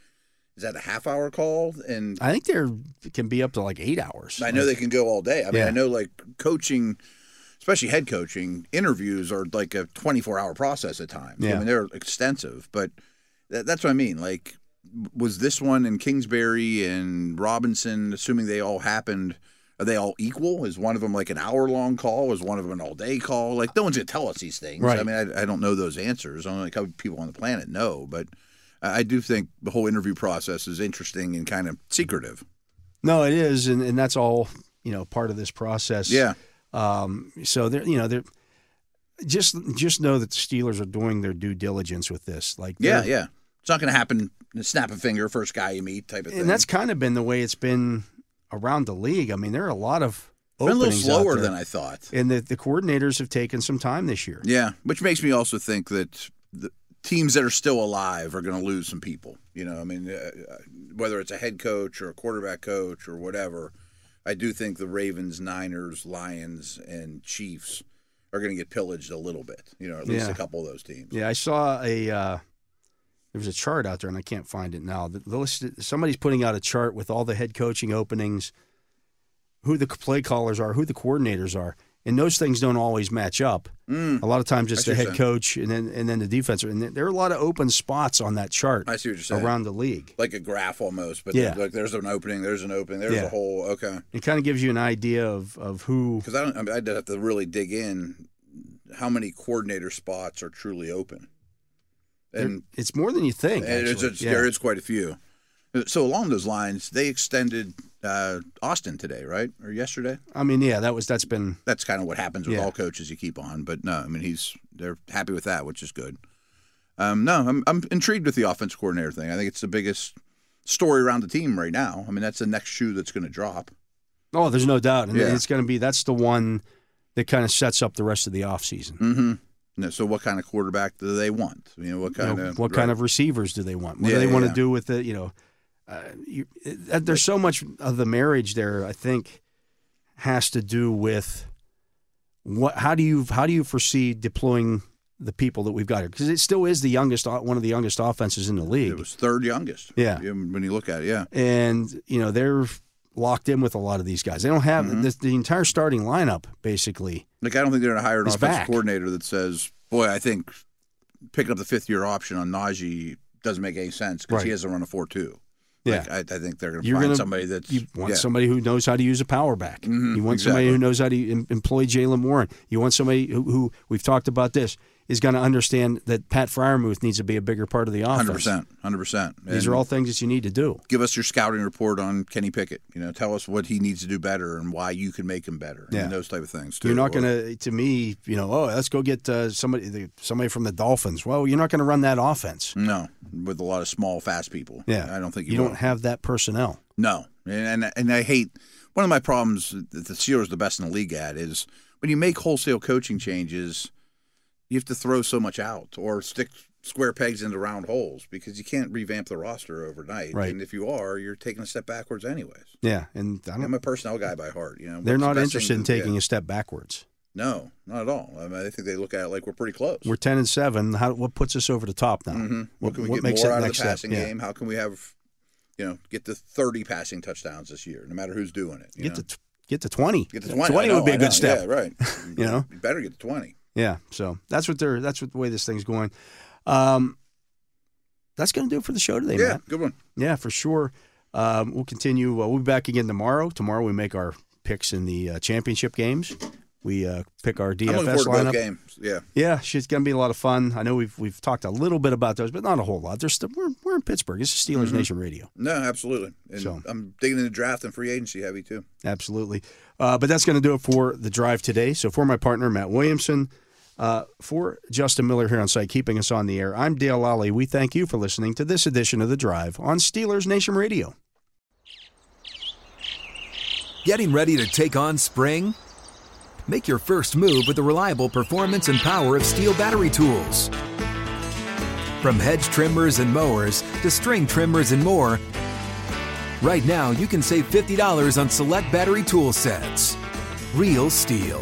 Speaker 2: is that a half hour call and
Speaker 1: I think there can be up to like eight hours.
Speaker 2: I know they can go all day. I mean,
Speaker 1: Yeah.
Speaker 2: I know like coaching, especially head coaching, interviews are like a 24 hour process at times.
Speaker 1: Yeah.
Speaker 2: I mean, they're extensive, but that, that's what I mean. Like, was this one in Kingsbury and Robinson, assuming they all happened? Are they all equal? Is one of them like an hour long call? Is one of them an all day call? Like, no one's going to tell us these things.
Speaker 1: Right.
Speaker 2: I mean, I, I don't know those answers. I don't know like how people on the planet know, but I I do think the whole interview process is interesting and kind of secretive.
Speaker 1: No, it is, and, and that's all you know, part of this process.
Speaker 2: Yeah.
Speaker 1: Um, so there, you know, there. just just know that the Steelers are doing their due diligence with this. Like
Speaker 2: Yeah,
Speaker 1: they're-
Speaker 2: yeah. It's not going to happen. Snap a finger, first guy you meet, type of thing.
Speaker 1: and that's kind of been the way it's been around the league. I mean, there are a lot of
Speaker 2: It's been a little
Speaker 1: openings out
Speaker 2: slower
Speaker 1: there.
Speaker 2: than I thought.
Speaker 1: and the, the coordinators have taken some time this year.
Speaker 2: Yeah, which makes me also think that the teams that are still alive are going to lose some people. You know, I mean, uh, uh, whether it's a head coach or a quarterback coach or whatever, I do think the Ravens, Niners, Lions, and Chiefs are going to get pillaged a little bit. You know, at least
Speaker 1: Yeah.
Speaker 2: a couple of those teams.
Speaker 1: Yeah, I saw a uh, there was a chart out there, and I can't find it now. The, the list, somebody's putting out a chart with all the head coaching openings, who the play callers are, who the coordinators are, and those things don't always match up.
Speaker 2: Mm,
Speaker 1: A lot of times, it's
Speaker 2: I see
Speaker 1: the
Speaker 2: what
Speaker 1: head coach and then and then the defense, and there- there are a lot of open spots on that chart
Speaker 2: I see what you're saying.
Speaker 1: around the league.
Speaker 2: like a graph almost, but
Speaker 1: Yeah.
Speaker 2: like there's an opening, there's an opening, there's
Speaker 1: Yeah.
Speaker 2: a hole. Okay,
Speaker 1: It kind of gives you an idea of of who.
Speaker 2: because I don't. I mean, I'd have to really dig in. How many coordinator spots are truly open? And
Speaker 1: It's more than you think.
Speaker 2: And it's,
Speaker 1: actually.
Speaker 2: it's,
Speaker 1: Yeah.
Speaker 2: There is quite a few. So along those lines, they extended uh, Austin today, right, or yesterday?
Speaker 1: I mean, yeah, that was that's been
Speaker 2: That's kind of what happens with
Speaker 1: Yeah.
Speaker 2: all coaches you keep on. But no, I mean he's they're happy with that, which is good. Um, no, I'm I'm intrigued with the offense coordinator thing. I think it's the biggest story around the team right now. I mean that's the next shoe that's going to drop.
Speaker 1: Oh, there's no doubt. And
Speaker 2: Yeah.
Speaker 1: it's going to be that's the one that kind of sets up the rest of the offseason.
Speaker 2: Mm-hmm. so what kind of quarterback do they want? You know what
Speaker 1: You know,
Speaker 2: kind of
Speaker 1: what kind of receivers do they want? What
Speaker 2: Yeah,
Speaker 1: do they
Speaker 2: yeah,
Speaker 1: want
Speaker 2: yeah.
Speaker 1: to do with it? You know, uh, you, uh, there's so much of the marriage there. I think has to do with what? How do you how do you foresee deploying the people that we've got here? Because it still is the youngest, o- one of the youngest offenses in the
Speaker 2: it
Speaker 1: league,
Speaker 2: was third youngest.
Speaker 1: Yeah.
Speaker 2: when you look at it, yeah,
Speaker 1: and you know they're locked in with a lot of these guys. They don't have
Speaker 2: Mhm.
Speaker 1: the, the entire starting lineup basically.
Speaker 2: Like I don't think they're going to hire an
Speaker 1: He's
Speaker 2: offensive
Speaker 1: back.
Speaker 2: coordinator that says, "Boy, I think picking up the fifth year option on Najee doesn't make any sense because he
Speaker 1: Right.
Speaker 2: hasn't run a four two.
Speaker 1: Yeah.
Speaker 2: Like, I, I think they're going to
Speaker 1: You're
Speaker 2: find
Speaker 1: gonna-
Speaker 2: somebody that's
Speaker 1: You want
Speaker 2: yeah.
Speaker 1: somebody who knows how to use a power back.
Speaker 2: Mhm,
Speaker 1: you want somebody
Speaker 2: exactly.
Speaker 1: who knows how to em- employ Jalen Warren. You want somebody who, who we've talked about this is going to understand that Pat Fryermuth needs to be a bigger part of the offense.
Speaker 2: hundred percent, hundred percent.
Speaker 1: These are all things that you need to do.
Speaker 2: Give us your scouting report on Kenny Pickett. You know, tell us what he needs to do better and why you can make him better.
Speaker 1: Yeah.
Speaker 2: and those type of things. Too.
Speaker 1: You're not going to, to me, you know, oh, let's go get uh, somebody the, somebody from the Dolphins. Well, you're not going to run that offense.
Speaker 2: no with a lot of small, fast people.
Speaker 1: Yeah.
Speaker 2: Mm, I don't think
Speaker 1: You,
Speaker 2: you, will.
Speaker 1: don't have that personnel.
Speaker 2: No, and and, and I hate one of my problems that the Steelers are the best in the league at is when you make wholesale coaching changes, you have to throw so much out or stick square pegs into round holes because you can't revamp the roster overnight.
Speaker 1: Right.
Speaker 2: And if you are, you're taking a step backwards anyways.
Speaker 1: Yeah, and I
Speaker 2: I'm
Speaker 1: don't,
Speaker 2: a personnel guy by heart. You know,
Speaker 1: they're
Speaker 2: What's the
Speaker 1: not
Speaker 2: best
Speaker 1: interested
Speaker 2: thing
Speaker 1: in
Speaker 2: to-
Speaker 1: taking
Speaker 2: yeah.
Speaker 1: a step backwards.
Speaker 2: No, not at all. I, mean, I think they look at it like we're pretty close.
Speaker 1: We're ten and seven. How, what puts us over the top now?
Speaker 2: Mhm.
Speaker 1: What,
Speaker 2: can we
Speaker 1: what
Speaker 2: get
Speaker 1: makes
Speaker 2: more
Speaker 1: that
Speaker 2: out
Speaker 1: next
Speaker 2: of the passing
Speaker 1: step? Yeah.
Speaker 2: game? How can we have, you know, get to 30 passing touchdowns this year, no matter who's doing it? you
Speaker 1: get
Speaker 2: know?
Speaker 1: to t- get to 20.
Speaker 2: Get to 20. I know,
Speaker 1: would be
Speaker 2: I
Speaker 1: a
Speaker 2: know.
Speaker 1: good step.
Speaker 2: Yeah, right.
Speaker 1: You know?
Speaker 2: You better get to 20.
Speaker 1: Yeah. So that's what they're that's what the way this thing's going. Um, that's going to do it for the show today,
Speaker 2: yeah,
Speaker 1: Matt.
Speaker 2: good one.
Speaker 1: Yeah, for sure. Um, we'll continue. Uh, we'll be back again tomorrow. Tomorrow we make our picks in the uh, championship games. We uh, pick our
Speaker 2: I'm looking
Speaker 1: DFS
Speaker 2: forward to
Speaker 1: lineup.
Speaker 2: both games. Yeah.
Speaker 1: Yeah, it's going to be a lot of fun. I know we've we've talked a little bit about those, but not a whole lot. There's still, we're we're in Pittsburgh. This is
Speaker 2: Mm-hmm.
Speaker 1: Steelers Nation Radio.
Speaker 2: No, absolutely. And
Speaker 1: So.
Speaker 2: I'm digging into draft and free agency heavy, too.
Speaker 1: Absolutely. Uh, but that's going to do it for the drive today. So for my partner, Matt Williamson, uh, for Justin Miller here on site, keeping us on the air, I'm Dale Lally. We thank you for listening to this edition of The Drive on Steelers Nation Radio.
Speaker 3: Getting ready to take on spring? Make your first move with the reliable performance and power of steel battery tools. From hedge trimmers and mowers to string trimmers and more, right now you can save $50 on select battery tool sets. Real steel.